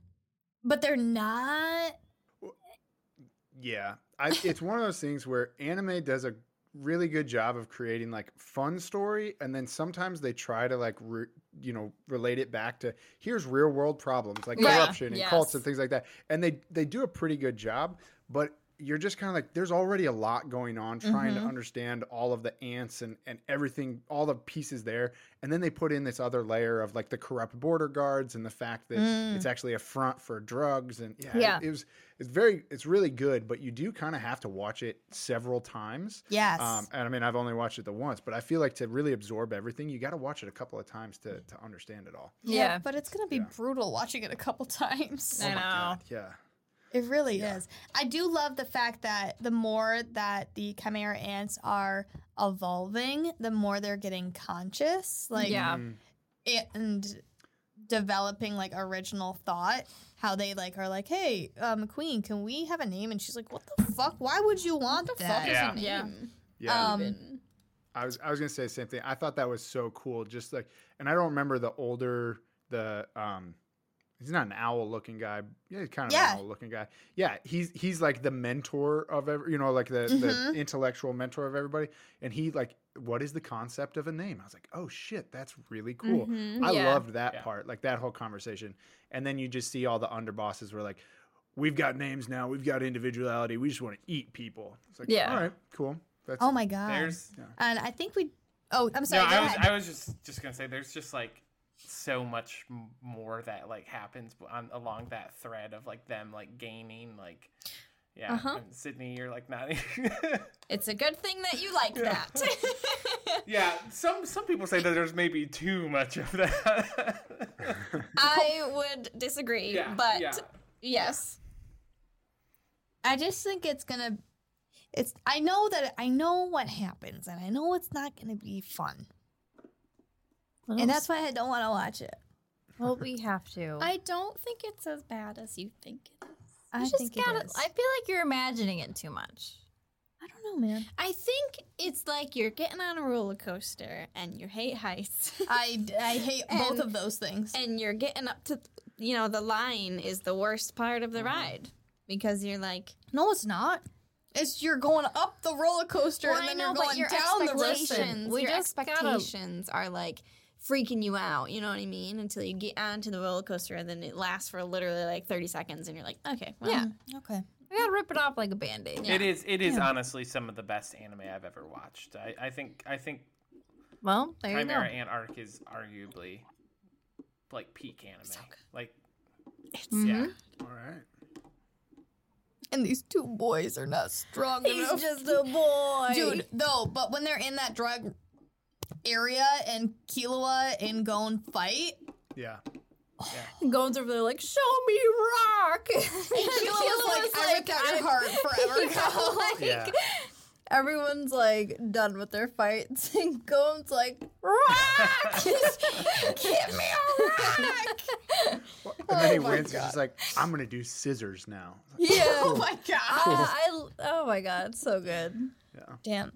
Speaker 1: but they're not
Speaker 5: Yeah. I, it's one of those things where anime does a really good job of creating like fun story and then sometimes they try to like re, you know relate it back to here's real world problems like
Speaker 2: Yeah,
Speaker 5: corruption and cults
Speaker 2: yes.
Speaker 5: and things like that and they they do a pretty good job but you're just kind of like there's already a lot going on trying
Speaker 2: Mm-hmm.
Speaker 5: to understand all of the ants and and everything all the pieces there and then they put in this other layer of like the corrupt border guards and the fact that it's actually a front for drugs and yeah, it-
Speaker 2: Mm. Yeah.
Speaker 5: It, was it's very it's really good but you do kind of have to watch it several times
Speaker 1: yes
Speaker 5: um, and I mean, I've only watched it the once, but I feel like to really absorb everything, you got to watch it a couple of times
Speaker 2: Mm.
Speaker 5: to, to understand it all.
Speaker 2: Yeah.
Speaker 1: but it's gonna be
Speaker 5: Yeah.
Speaker 1: brutal watching it a couple (laughs) times
Speaker 2: I know.
Speaker 5: Oh God, yeah.
Speaker 1: it really
Speaker 5: Yeah.
Speaker 1: is i do love the fact that the more that the chimera ants are evolving the more they're getting conscious like
Speaker 2: Yeah.
Speaker 5: Mm,
Speaker 1: and developing like original thought how they like are like hey um queen can we have a name and she's like what the fuck why would you want
Speaker 2: the
Speaker 1: that
Speaker 2: fuck
Speaker 4: is Yeah.
Speaker 2: a name?
Speaker 5: yeah.
Speaker 1: um
Speaker 5: I was I was gonna say the same thing. I thought that was so cool. Just like, and I don't remember the older the um, he's not an owl looking guy. Yeah, he's kind of
Speaker 1: Yeah.
Speaker 5: an owl looking guy. Yeah, he's he's like the mentor of every, you know, like the,
Speaker 1: Mhm.
Speaker 5: the intellectual mentor of everybody. And he like, what is the concept of a name? I was like, oh shit, that's really cool.
Speaker 3: Mhm.
Speaker 5: I
Speaker 2: Yeah.
Speaker 5: loved that
Speaker 4: Yeah.
Speaker 5: part, like that whole conversation. And then you just see all the underbosses were like, we've got names now, we've got individuality, we just want to eat people. It's like,
Speaker 2: Yeah.
Speaker 5: all right, cool. That's
Speaker 1: oh my god
Speaker 4: There's
Speaker 1: and i think we oh i'm sorry
Speaker 4: no,
Speaker 1: go
Speaker 4: I was
Speaker 1: ahead.
Speaker 4: I was just just gonna say there's just like so much m- more that like happens on along that thread of like them like gaining like yeah
Speaker 2: Uh-huh.
Speaker 4: and Sydney you're like not (laughs)
Speaker 2: It's a good thing that you like that. (laughs)
Speaker 4: yeah some some people say that there's maybe too much of that (laughs)
Speaker 2: I would disagree,
Speaker 4: yeah
Speaker 2: but
Speaker 4: yeah.
Speaker 2: yes.
Speaker 1: I just think it's gonna it's i know that i know what happens and i know it's not gonna be fun and that's why i don't want to watch it
Speaker 2: well, we have to.
Speaker 6: I don't think it's as bad as you think it is.
Speaker 1: i
Speaker 2: just
Speaker 1: think
Speaker 2: gotta-
Speaker 1: it is.
Speaker 2: I feel like you're imagining it too much.
Speaker 1: I don't know man
Speaker 6: I think it's like you're getting on a roller coaster and you hate heights.
Speaker 1: (laughs) i i hate both
Speaker 6: And-
Speaker 1: of those things
Speaker 6: (laughs) and you're getting up to, you know, the line is the worst part of the
Speaker 1: Uh-huh.
Speaker 6: ride because you're like,
Speaker 1: No, it's not. It's you're going up the roller coaster
Speaker 6: Well,
Speaker 1: and
Speaker 6: I
Speaker 1: then
Speaker 6: know,
Speaker 1: you're
Speaker 6: but
Speaker 1: going
Speaker 6: your
Speaker 1: down the roller.
Speaker 6: expectations,
Speaker 2: we
Speaker 6: your
Speaker 2: just gotta-
Speaker 6: expectations are like freaking you out. You know what I mean? Until you get onto the roller coaster, and then it lasts for literally like thirty seconds, and you're like, okay, well,
Speaker 2: Yeah.
Speaker 1: Okay.
Speaker 2: We gotta rip it off like a band aid.
Speaker 4: it is it is honestly some of the best anime I've ever watched I, I think I think
Speaker 2: Well, there
Speaker 4: Chimera
Speaker 2: you
Speaker 4: Ant Arc is arguably like peak anime like
Speaker 2: go.
Speaker 1: Mm-hmm.
Speaker 4: yeah
Speaker 5: All right.
Speaker 1: And these two boys are not strong enough.
Speaker 2: just a boy.
Speaker 1: Dude, no, but when they're in that drug area and Killua and Gon fight,
Speaker 5: Yeah.
Speaker 2: Goins over there like, show me
Speaker 1: (laughs)
Speaker 2: rock.
Speaker 1: Killua's like, I ripped out your (laughs)
Speaker 2: (laughs)
Speaker 1: heart (laughs) forever ago.
Speaker 5: Yeah.
Speaker 2: Everyone's like done with their fights, (laughs) and Goins like,
Speaker 1: (laughs)
Speaker 2: rock! (laughs) Give me a rock!
Speaker 5: And then
Speaker 1: Oh my
Speaker 5: he wins. He's just like, I'm gonna do scissors now.
Speaker 2: Yeah.
Speaker 1: oh my god.
Speaker 2: I, I- oh my god, it's so good.
Speaker 1: Damn.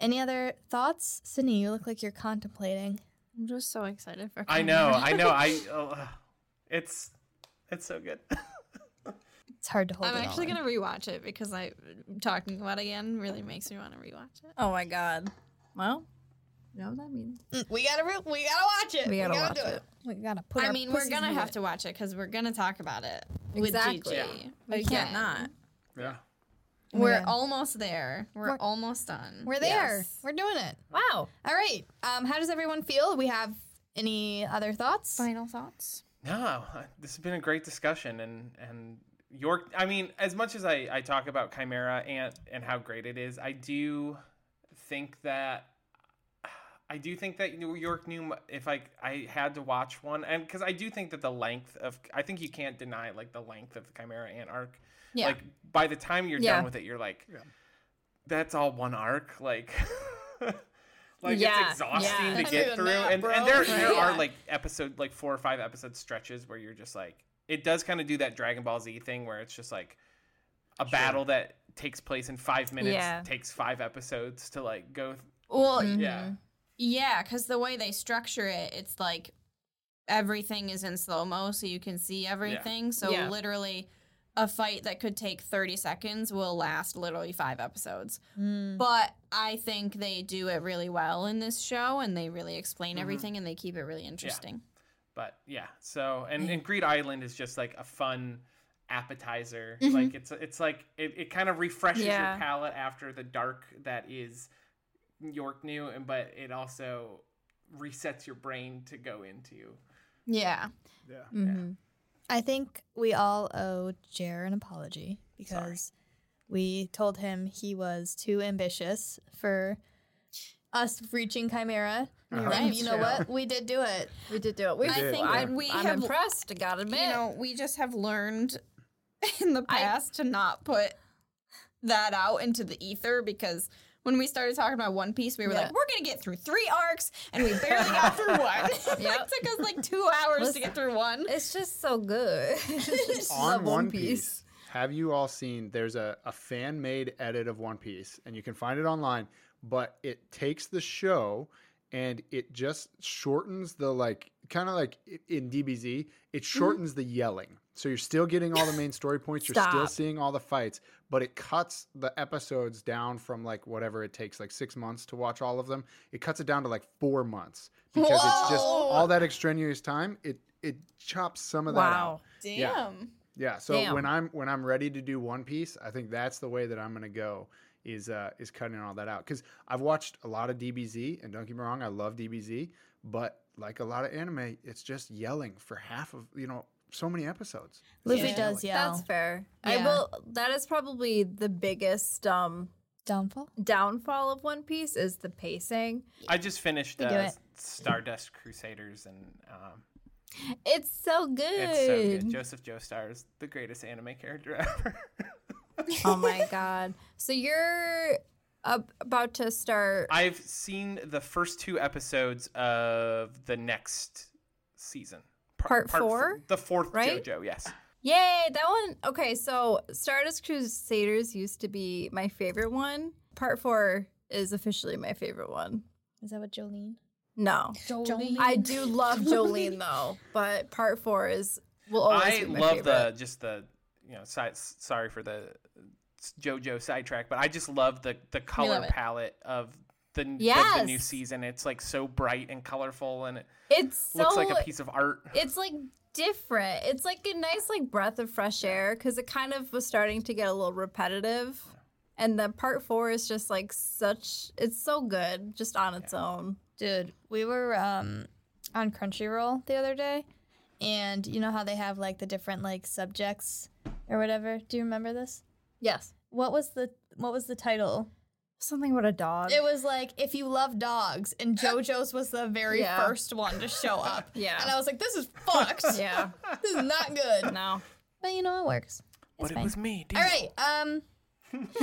Speaker 1: Any other thoughts? Sydney, you look like you're contemplating.
Speaker 6: I'm just so excited for.
Speaker 4: I know, I know. (laughs) I uh, it's it's so good. (laughs)
Speaker 1: It's hard to hold
Speaker 6: I'm
Speaker 1: it all
Speaker 6: actually
Speaker 1: in.
Speaker 6: gonna rewatch it because I talking about it again really makes me want to rewatch it.
Speaker 2: Oh my god. Well, know what that means.
Speaker 1: We gotta re- we gotta watch it.
Speaker 2: We gotta watch
Speaker 1: do
Speaker 2: it.
Speaker 1: We gotta put.
Speaker 3: I
Speaker 1: our
Speaker 3: mean, we're
Speaker 1: pussies
Speaker 3: gonna
Speaker 1: in
Speaker 3: have
Speaker 1: it.
Speaker 3: to watch it because we're gonna talk about it with
Speaker 2: Exactly.
Speaker 3: Gigi.
Speaker 2: Yeah. We
Speaker 3: Again.
Speaker 2: can't not.
Speaker 5: Yeah.
Speaker 3: We're
Speaker 1: God.
Speaker 3: almost there. We're,
Speaker 1: We're-
Speaker 3: almost done.
Speaker 1: We're there.
Speaker 2: Yes.
Speaker 1: We're doing it.
Speaker 2: Wow.
Speaker 1: All right. Um, how does everyone feel? We have any other thoughts?
Speaker 3: Final thoughts.
Speaker 4: No, I- this has been a great discussion, and and York. I mean, as much as I I talk about Chimera and and how great it is, I do think that. I do think that New York knew m- if I I had to watch one, and because I do think that the length of I think you can't deny like the length of the Chimera Ant arc.
Speaker 3: Yeah.
Speaker 4: Like by the time you're
Speaker 2: Yeah.
Speaker 4: done with it, you're like, that's all one arc. Like, (laughs) like
Speaker 2: Yeah,
Speaker 4: it's exhausting
Speaker 2: yeah.
Speaker 4: to
Speaker 1: I
Speaker 4: get
Speaker 1: need a
Speaker 4: through,
Speaker 1: nap,
Speaker 4: (laughs) and,
Speaker 1: bro.
Speaker 4: and there there
Speaker 2: Yeah.
Speaker 4: are like episode like four or five episode stretches where you're just like it does kind of do that Dragon Ball Z thing where it's just like a battle that takes place in five minutes
Speaker 2: Yeah.
Speaker 4: takes five episodes to like go. Th-
Speaker 3: Well,
Speaker 6: Mm-hmm.
Speaker 4: Yeah,
Speaker 2: Mm-hmm.
Speaker 3: yeah, because the way they structure it, it's like everything is in slow mo, so you can see everything. So
Speaker 2: Yeah.
Speaker 3: literally, a fight that could take thirty seconds will last literally five episodes.
Speaker 1: Mm.
Speaker 3: But I think they do it really well in this show, and they really explain everything, and they keep it really interesting.
Speaker 4: but yeah, so and, and Greed Island is just like a fun appetizer. Like it's it's like it, it kind of refreshes
Speaker 2: Mm-hmm. Yeah.
Speaker 4: your palate after the dark that is York New, and but it also resets your brain to go into.
Speaker 3: Yeah.
Speaker 5: Yeah.
Speaker 1: Mm-hmm. I think we all owe Jer an apology because we told him he was too ambitious for us reaching Chimera.
Speaker 5: Uh-huh.
Speaker 1: And you know what? We did do it.
Speaker 2: We did do it. We,
Speaker 5: I did. think
Speaker 2: I'm,
Speaker 3: we
Speaker 2: I'm
Speaker 3: have-
Speaker 2: impressed. I gotta admit.
Speaker 3: you know, we just have learned (laughs) in the past to not put that out into the ether because when we started talking about One Piece, we were
Speaker 2: Yeah.
Speaker 3: like, we're gonna get through three arcs, and we barely got (laughs) through one.
Speaker 2: Yep.
Speaker 3: it took us like two hours to get through one.
Speaker 2: it's just so good. (laughs)
Speaker 5: (laughs) on One, Piece. Have you all seen? There's a, a fan made edit of One Piece, and you can find it online. But it takes the show and it just shortens the like, kind of like i- in DBZ, it shortens the yelling. So you're still getting all the main story points. You're still
Speaker 2: Stop.
Speaker 5: seeing all the fights, but it cuts the episodes down from like whatever it takes, like six months to watch all of them. It cuts it down to like four months because it's just all that extraneous time. It it chops some of that out.
Speaker 2: Wow.
Speaker 3: Damn.
Speaker 5: Yeah. So when
Speaker 2: Damn.
Speaker 5: I'm when I'm ready to do One Piece, I think that's the way that I'm gonna go is uh, is cutting all that out because I've watched a lot of DBZ and don't get me wrong, I love DBZ, but like a lot of anime, it's just yelling for half of you know so many episodes. It's
Speaker 1: Luffy
Speaker 5: just
Speaker 1: does
Speaker 5: yelling.
Speaker 1: yell.
Speaker 2: That's fair. I
Speaker 1: Yeah.
Speaker 2: will. That is probably the biggest um,
Speaker 1: Downfall?
Speaker 2: downfall of One Piece is the pacing.
Speaker 4: I just finished
Speaker 1: do
Speaker 4: uh,
Speaker 1: it.
Speaker 4: Stardust Crusaders, and um,
Speaker 2: It's so good.
Speaker 4: it's so good. Joseph Joestar is the greatest anime character (laughs) ever.
Speaker 1: (laughs)
Speaker 2: oh my god! So you're ab- about to start.
Speaker 4: I've seen the first two episodes of the next season. Par-
Speaker 2: Part
Speaker 4: f-
Speaker 2: four?
Speaker 4: the fourth
Speaker 2: Right?
Speaker 4: JoJo, yes.
Speaker 2: Yay, that one. Okay, so Stardust Crusaders used to be my favorite one. Part four is officially my favorite one.
Speaker 1: Is that what Jolene?
Speaker 2: No,
Speaker 1: Jolene.
Speaker 2: I
Speaker 1: (laughs)
Speaker 2: do love Jolene though, but part four is will always
Speaker 4: I
Speaker 2: Oh, be my
Speaker 4: love
Speaker 2: favorite.
Speaker 4: the just the you know si- sorry for the JoJo sidetrack, but I just love the the color
Speaker 3: love it.
Speaker 4: palette of the, the- the new
Speaker 2: Yes.
Speaker 4: season. It's like so bright and colorful, and it
Speaker 2: It's so
Speaker 4: looks like a piece of art.
Speaker 2: it's like different. It's like a nice like breath of fresh air because it kind of was starting to get a little repetitive, and the part four is just like such. It's so good just on its own.
Speaker 1: Dude, we were um, on Crunchyroll the other day, and you know how they have like the different like subjects or whatever. Do you remember this?
Speaker 2: Yes,
Speaker 1: What was the what was the title?
Speaker 2: something about a dog.
Speaker 1: (laughs) It was like if you love dogs, and JoJo's was the very
Speaker 2: (laughs) Yeah.
Speaker 1: first one to show up.
Speaker 2: (laughs) Yeah.
Speaker 1: and I was like, this is
Speaker 2: (laughs)
Speaker 1: fucked.
Speaker 2: yeah,
Speaker 1: This is not good.
Speaker 2: no.
Speaker 1: But you know it works.
Speaker 4: but it was me.
Speaker 1: All right. Um. (laughs)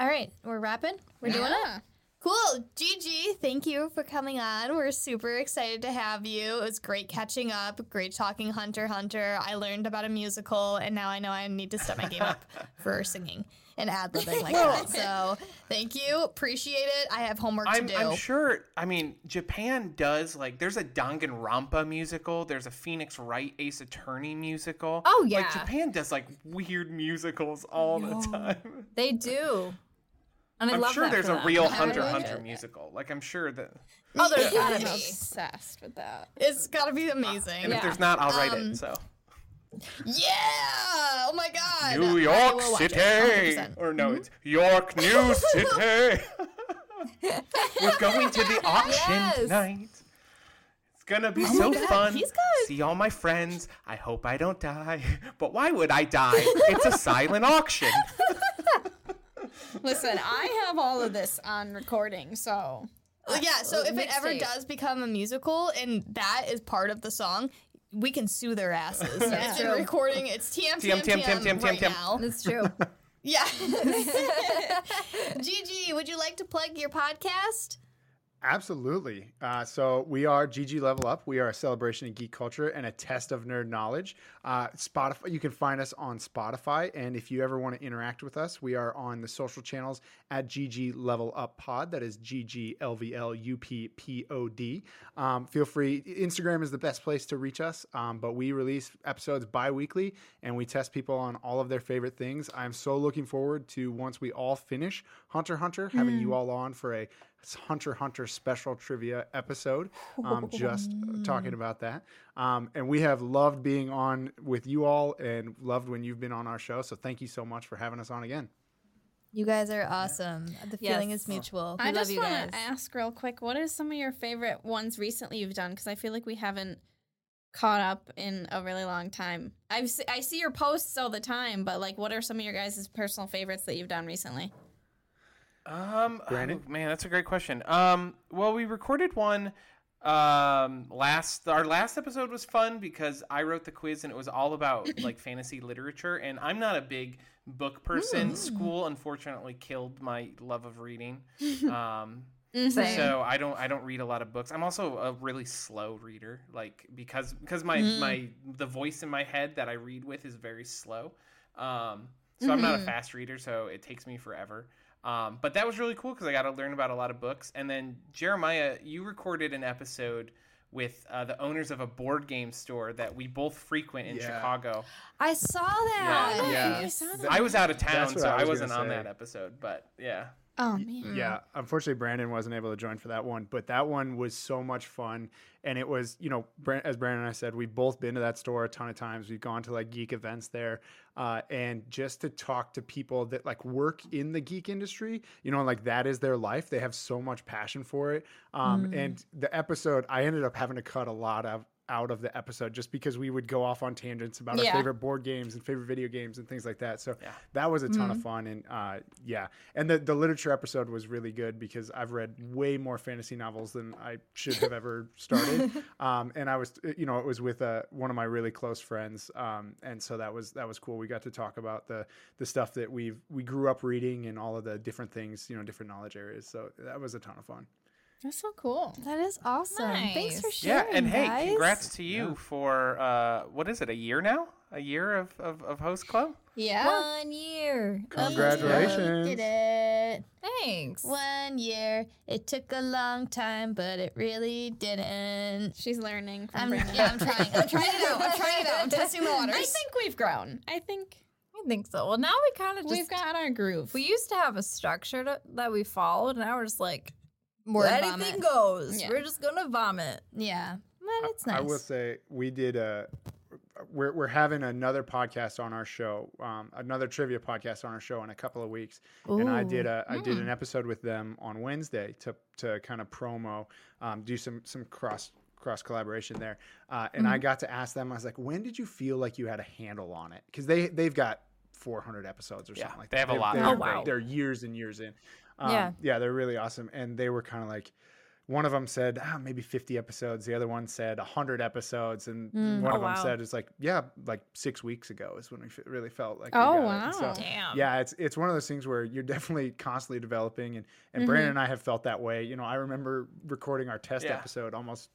Speaker 1: All right. We're wrapping. We're doing it. Cool. Gigi, thank you for coming on. We're super excited to have you. It was great catching up. Great talking Hunter x Hunter. I learned about a musical, and now I know I need to step my game (laughs) up for singing and ad libbing like that. So thank you. Appreciate it. I have homework
Speaker 4: I'm,
Speaker 1: to do.
Speaker 4: I'm sure. I mean, Japan does like. There's a Danganronpa musical. There's a Phoenix Wright Ace Attorney musical.
Speaker 2: Oh,
Speaker 4: Like
Speaker 2: yeah.
Speaker 4: Japan does like weird musicals all the time.
Speaker 2: They do. And I
Speaker 4: I'm
Speaker 2: love
Speaker 4: sure
Speaker 2: that
Speaker 4: there's
Speaker 2: for
Speaker 4: a
Speaker 2: them.
Speaker 4: real
Speaker 3: I
Speaker 4: Hunter
Speaker 3: would-
Speaker 4: Hunter musical. Like I'm sure that,
Speaker 2: Oh, there's
Speaker 3: Yeah, I'm
Speaker 2: gotta be.
Speaker 3: obsessed with that.
Speaker 1: It's gotta be amazing.
Speaker 4: and if there's not, I'll write
Speaker 2: Um,
Speaker 4: it. So
Speaker 1: Yeah! Oh my god.
Speaker 4: New
Speaker 1: I
Speaker 4: York
Speaker 1: will watch it,
Speaker 4: City, Mm-hmm.
Speaker 1: 100%.
Speaker 4: or no, it's York New City.
Speaker 1: (laughs)
Speaker 4: We're going to the auction
Speaker 2: Yes.
Speaker 4: tonight. It's gonna be so fun.
Speaker 1: Oh he's good.
Speaker 4: See all my friends. I hope I don't die, but why would I die?
Speaker 1: (laughs)
Speaker 4: It's a silent auction.
Speaker 3: Listen, I have all of this on recording, so
Speaker 1: Well, yeah, so if it ever
Speaker 3: Mixtape.
Speaker 1: does become a musical and that is part of the song, we can sue their asses. It's in recording. It's TM TM TM TM TM right
Speaker 4: TM.
Speaker 1: now.
Speaker 4: (laughs)
Speaker 2: It's true.
Speaker 1: Yeah. Gigi, would you like to plug your podcast?
Speaker 5: Absolutely. Uh, so we are GG Level Up. We are a celebration of geek culture and a test of nerd knowledge. Uh, Spotify. You can find us on Spotify, and if you ever want to interact with us, we are on the social channels at GG Level Up Pod. That is G G L V L U P P O D. Um, feel free. Instagram is the best place to reach us. Um, but we release episodes bi-weekly, and we test people on all of their favorite things. I'm so looking forward to once we all finish Hunter x Hunter, having you all on for a Hunter x Hunter special trivia episode, um, just talking about that. Um, and we have loved being on with you all and loved when you've been on our show. So thank you so much for having us on again.
Speaker 1: You guys are awesome. The feeling
Speaker 2: Yes.
Speaker 1: is mutual.
Speaker 3: I
Speaker 2: love
Speaker 3: just
Speaker 2: you
Speaker 3: want
Speaker 2: guys.
Speaker 3: to ask real quick, what are some of your favorite ones recently you've done? Because I feel like we haven't caught up in a really long time. I've se- I see your posts all the time, but like, what are some of your guys' personal favorites that you've done recently?
Speaker 4: Um,
Speaker 5: Brandon?
Speaker 4: oh, man, that's a great question. Um, well, we recorded one um last our last episode was fun because I wrote the quiz and it was all about like fantasy literature and I'm not a big book person. School unfortunately killed my love of reading. Um
Speaker 3: Mm-hmm.
Speaker 2: Same.
Speaker 4: so I don't I don't read a lot of books. I'm also a really slow reader, like because because my my the voice in my head that I read with is very slow. Um, so I'm not a fast reader, so it takes me forever. Um, but that was really cool because I got to learn about a lot of books. And then Jeremiah, you recorded an episode with uh, the owners of a board game store that we both frequent in
Speaker 5: Yeah.
Speaker 4: Chicago.
Speaker 1: I saw that.
Speaker 4: Yeah,
Speaker 5: yeah.
Speaker 4: I was out of town,
Speaker 5: That's what
Speaker 4: so
Speaker 5: I
Speaker 4: I,
Speaker 5: was
Speaker 4: wasn't
Speaker 5: gonna
Speaker 4: on
Speaker 5: say.
Speaker 4: that episode. But yeah,
Speaker 3: Oh man,
Speaker 5: Yeah, unfortunately, Brandon wasn't able to join for that one, but that one was so much fun. And it was, you know, Bran- as Brandon and I said, we've both been to that store a ton of times. We've gone to like geek events there. Uh, and just to talk to people that like work in the geek industry, you know, like that is their life. They have so much passion for it. Um, And the episode, I ended up having to cut a lot of out of the episode just because we would go off on tangents about
Speaker 3: Yeah.
Speaker 5: our favorite board games and favorite video games and things like that. So that was a ton of fun and uh, yeah. And the the literature episode was really good because I've read way more fantasy novels than I should have ever started. um, and I was you know it was with uh, one of my really close friends um, and so that was that was cool. We got to talk about the the stuff that we've we grew up reading and all of the different things you know different knowledge areas. So that was a ton of fun.
Speaker 3: that's so cool.
Speaker 1: That is awesome. Thanks for
Speaker 2: Nice.
Speaker 1: sharing.
Speaker 4: yeah. And hey,
Speaker 1: guys.
Speaker 4: congrats to you for uh, what is it? A year now? A year of of, of host club?
Speaker 3: Yeah,
Speaker 2: One year.
Speaker 5: Congratulations.
Speaker 1: Did it.
Speaker 2: Thanks.
Speaker 1: One year. It took a long time, but it really didn't.
Speaker 3: she's learning. From
Speaker 1: I'm,
Speaker 3: Brandon.
Speaker 1: Um, yeah, I'm trying. I'm trying it out. I'm trying it out. I'm testing the waters.
Speaker 3: I think we've grown. I think
Speaker 2: I think so. Well, now we kind of just
Speaker 3: we've got our groove.
Speaker 2: we used to have a structure to, that we followed, and now we're just like
Speaker 1: Word
Speaker 2: anything
Speaker 1: vomit.
Speaker 2: goes.
Speaker 3: Yeah.
Speaker 2: We're just gonna vomit.
Speaker 1: Yeah. But it's nice.
Speaker 5: I will say we did a. We're, we're having another podcast on our show, um, another trivia podcast on our show in a couple of weeks, and I did uh, a I did
Speaker 2: hmm.
Speaker 5: an episode with them on Wednesday to to kind of promo, um, do some some cross cross collaboration there, uh, and
Speaker 2: Mm-hmm.
Speaker 5: I got to ask them. I was like, when did you feel like you had a handle on it? Because they they've got 400 episodes or
Speaker 4: Yeah,
Speaker 5: something like
Speaker 4: they
Speaker 5: that.
Speaker 4: have a lot.
Speaker 5: They're,
Speaker 2: Oh,
Speaker 5: they're-
Speaker 2: wow.
Speaker 5: they're years and years in. Um,
Speaker 2: Yeah.
Speaker 5: yeah, they're really awesome, and they were kind of like one of them said ah, maybe 50 episodes the other one said 100 episodes and one
Speaker 2: Oh,
Speaker 5: of them
Speaker 2: wow.
Speaker 5: said it's like yeah like six weeks ago is when we f- really felt like we
Speaker 3: Oh,
Speaker 5: got it. And
Speaker 3: wow.
Speaker 2: Damn.
Speaker 5: yeah it's it's one of those things where you're definitely constantly developing and and brandon and i have felt that way you know i remember recording our test
Speaker 4: Yeah.
Speaker 5: episode almost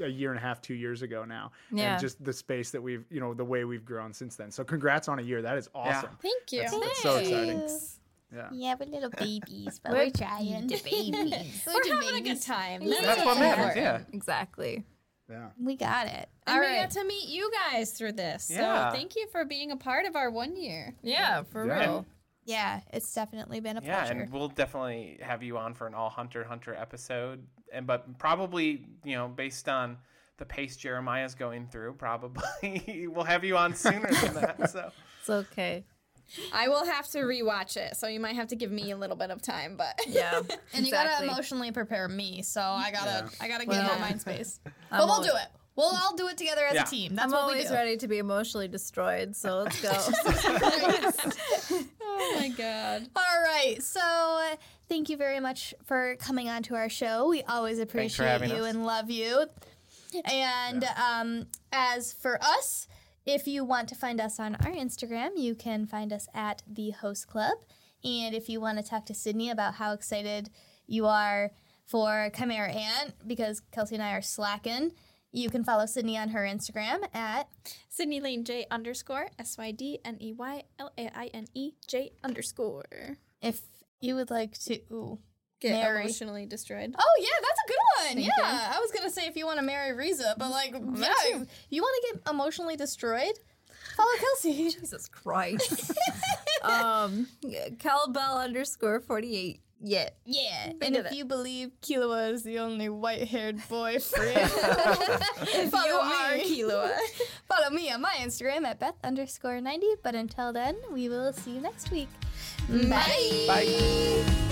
Speaker 5: a year and a half two years ago now
Speaker 2: Yeah.
Speaker 5: and just the space that we've you know the way we've grown since then so congrats on a year that is awesome
Speaker 3: Thank you.
Speaker 5: That's- that's so exciting yeah
Speaker 1: Yeah, we're little babies, but
Speaker 2: We're
Speaker 1: we're trying. (laughs)
Speaker 2: babies.
Speaker 1: We're
Speaker 3: We're
Speaker 1: just
Speaker 3: having a good
Speaker 1: babies.
Speaker 3: time.
Speaker 4: That's what matters. Yeah.
Speaker 2: Exactly.
Speaker 5: yeah
Speaker 1: We got it.
Speaker 3: And
Speaker 1: All
Speaker 3: we
Speaker 1: right.
Speaker 3: got to meet you guys through this.
Speaker 4: Yeah.
Speaker 3: So thank you for being a part of our one year.
Speaker 2: Yeah, for
Speaker 5: Yeah.
Speaker 2: real.
Speaker 1: Yeah, it's definitely been a
Speaker 4: yeah,
Speaker 1: pleasure.
Speaker 4: and we'll definitely have you on for an all hunter hunter episode, and but probably you know based on the pace Jeremiah's going through, probably (laughs) we'll have you on sooner than that. So
Speaker 2: It's okay.
Speaker 3: I will have to rewatch it, so you might have to give me a little bit of time, but (laughs)
Speaker 2: (laughs) Yeah.
Speaker 1: And you gotta
Speaker 2: exactly.
Speaker 1: emotionally prepare me, so I gotta I gotta get in
Speaker 2: Well,
Speaker 1: that mind space. But
Speaker 2: I'm
Speaker 1: we'll
Speaker 2: always-
Speaker 1: do it. We'll all do it together as
Speaker 4: Yeah.
Speaker 1: a team. That's
Speaker 2: I'm
Speaker 1: what we
Speaker 2: always
Speaker 1: do.
Speaker 2: ready to be emotionally destroyed, so let's go. (laughs)
Speaker 1: Oh (laughs) my god. All right. So uh, thank you very much for coming on to our show. We always appreciate
Speaker 4: having
Speaker 1: you
Speaker 4: us.
Speaker 1: and love you. And um, as for us, if you want to find us on our Instagram, you can find us at the Host Club. And if you want to talk to Sydney about how excited you are for Chimera Ant, because Kelsey and I are slacking, you can follow Sydney on her Instagram at
Speaker 6: Sydney Lane J underscore S Y D N E Y L A I N E J underscore.
Speaker 1: if you would like to.
Speaker 6: Get
Speaker 1: Mary.
Speaker 6: emotionally destroyed.
Speaker 1: Oh yeah, that's a good one.
Speaker 6: Thank
Speaker 1: yeah, I was gonna say if you Mm, want to marry Riza, but like, yeah, if you want to get emotionally destroyed, follow Kelsey.
Speaker 2: Jesus (laughs) Christ. um, yeah, Calbell underscore 48. Yeah.
Speaker 1: (laughs) yeah, and if you believe Kilua is the only white-haired (laughs) boy free, (laughs) follow Oh, me.
Speaker 6: Kilua.
Speaker 1: follow me on my Instagram at Beth underscore ninety. But until then, we will see you next week. Bye.
Speaker 4: bye.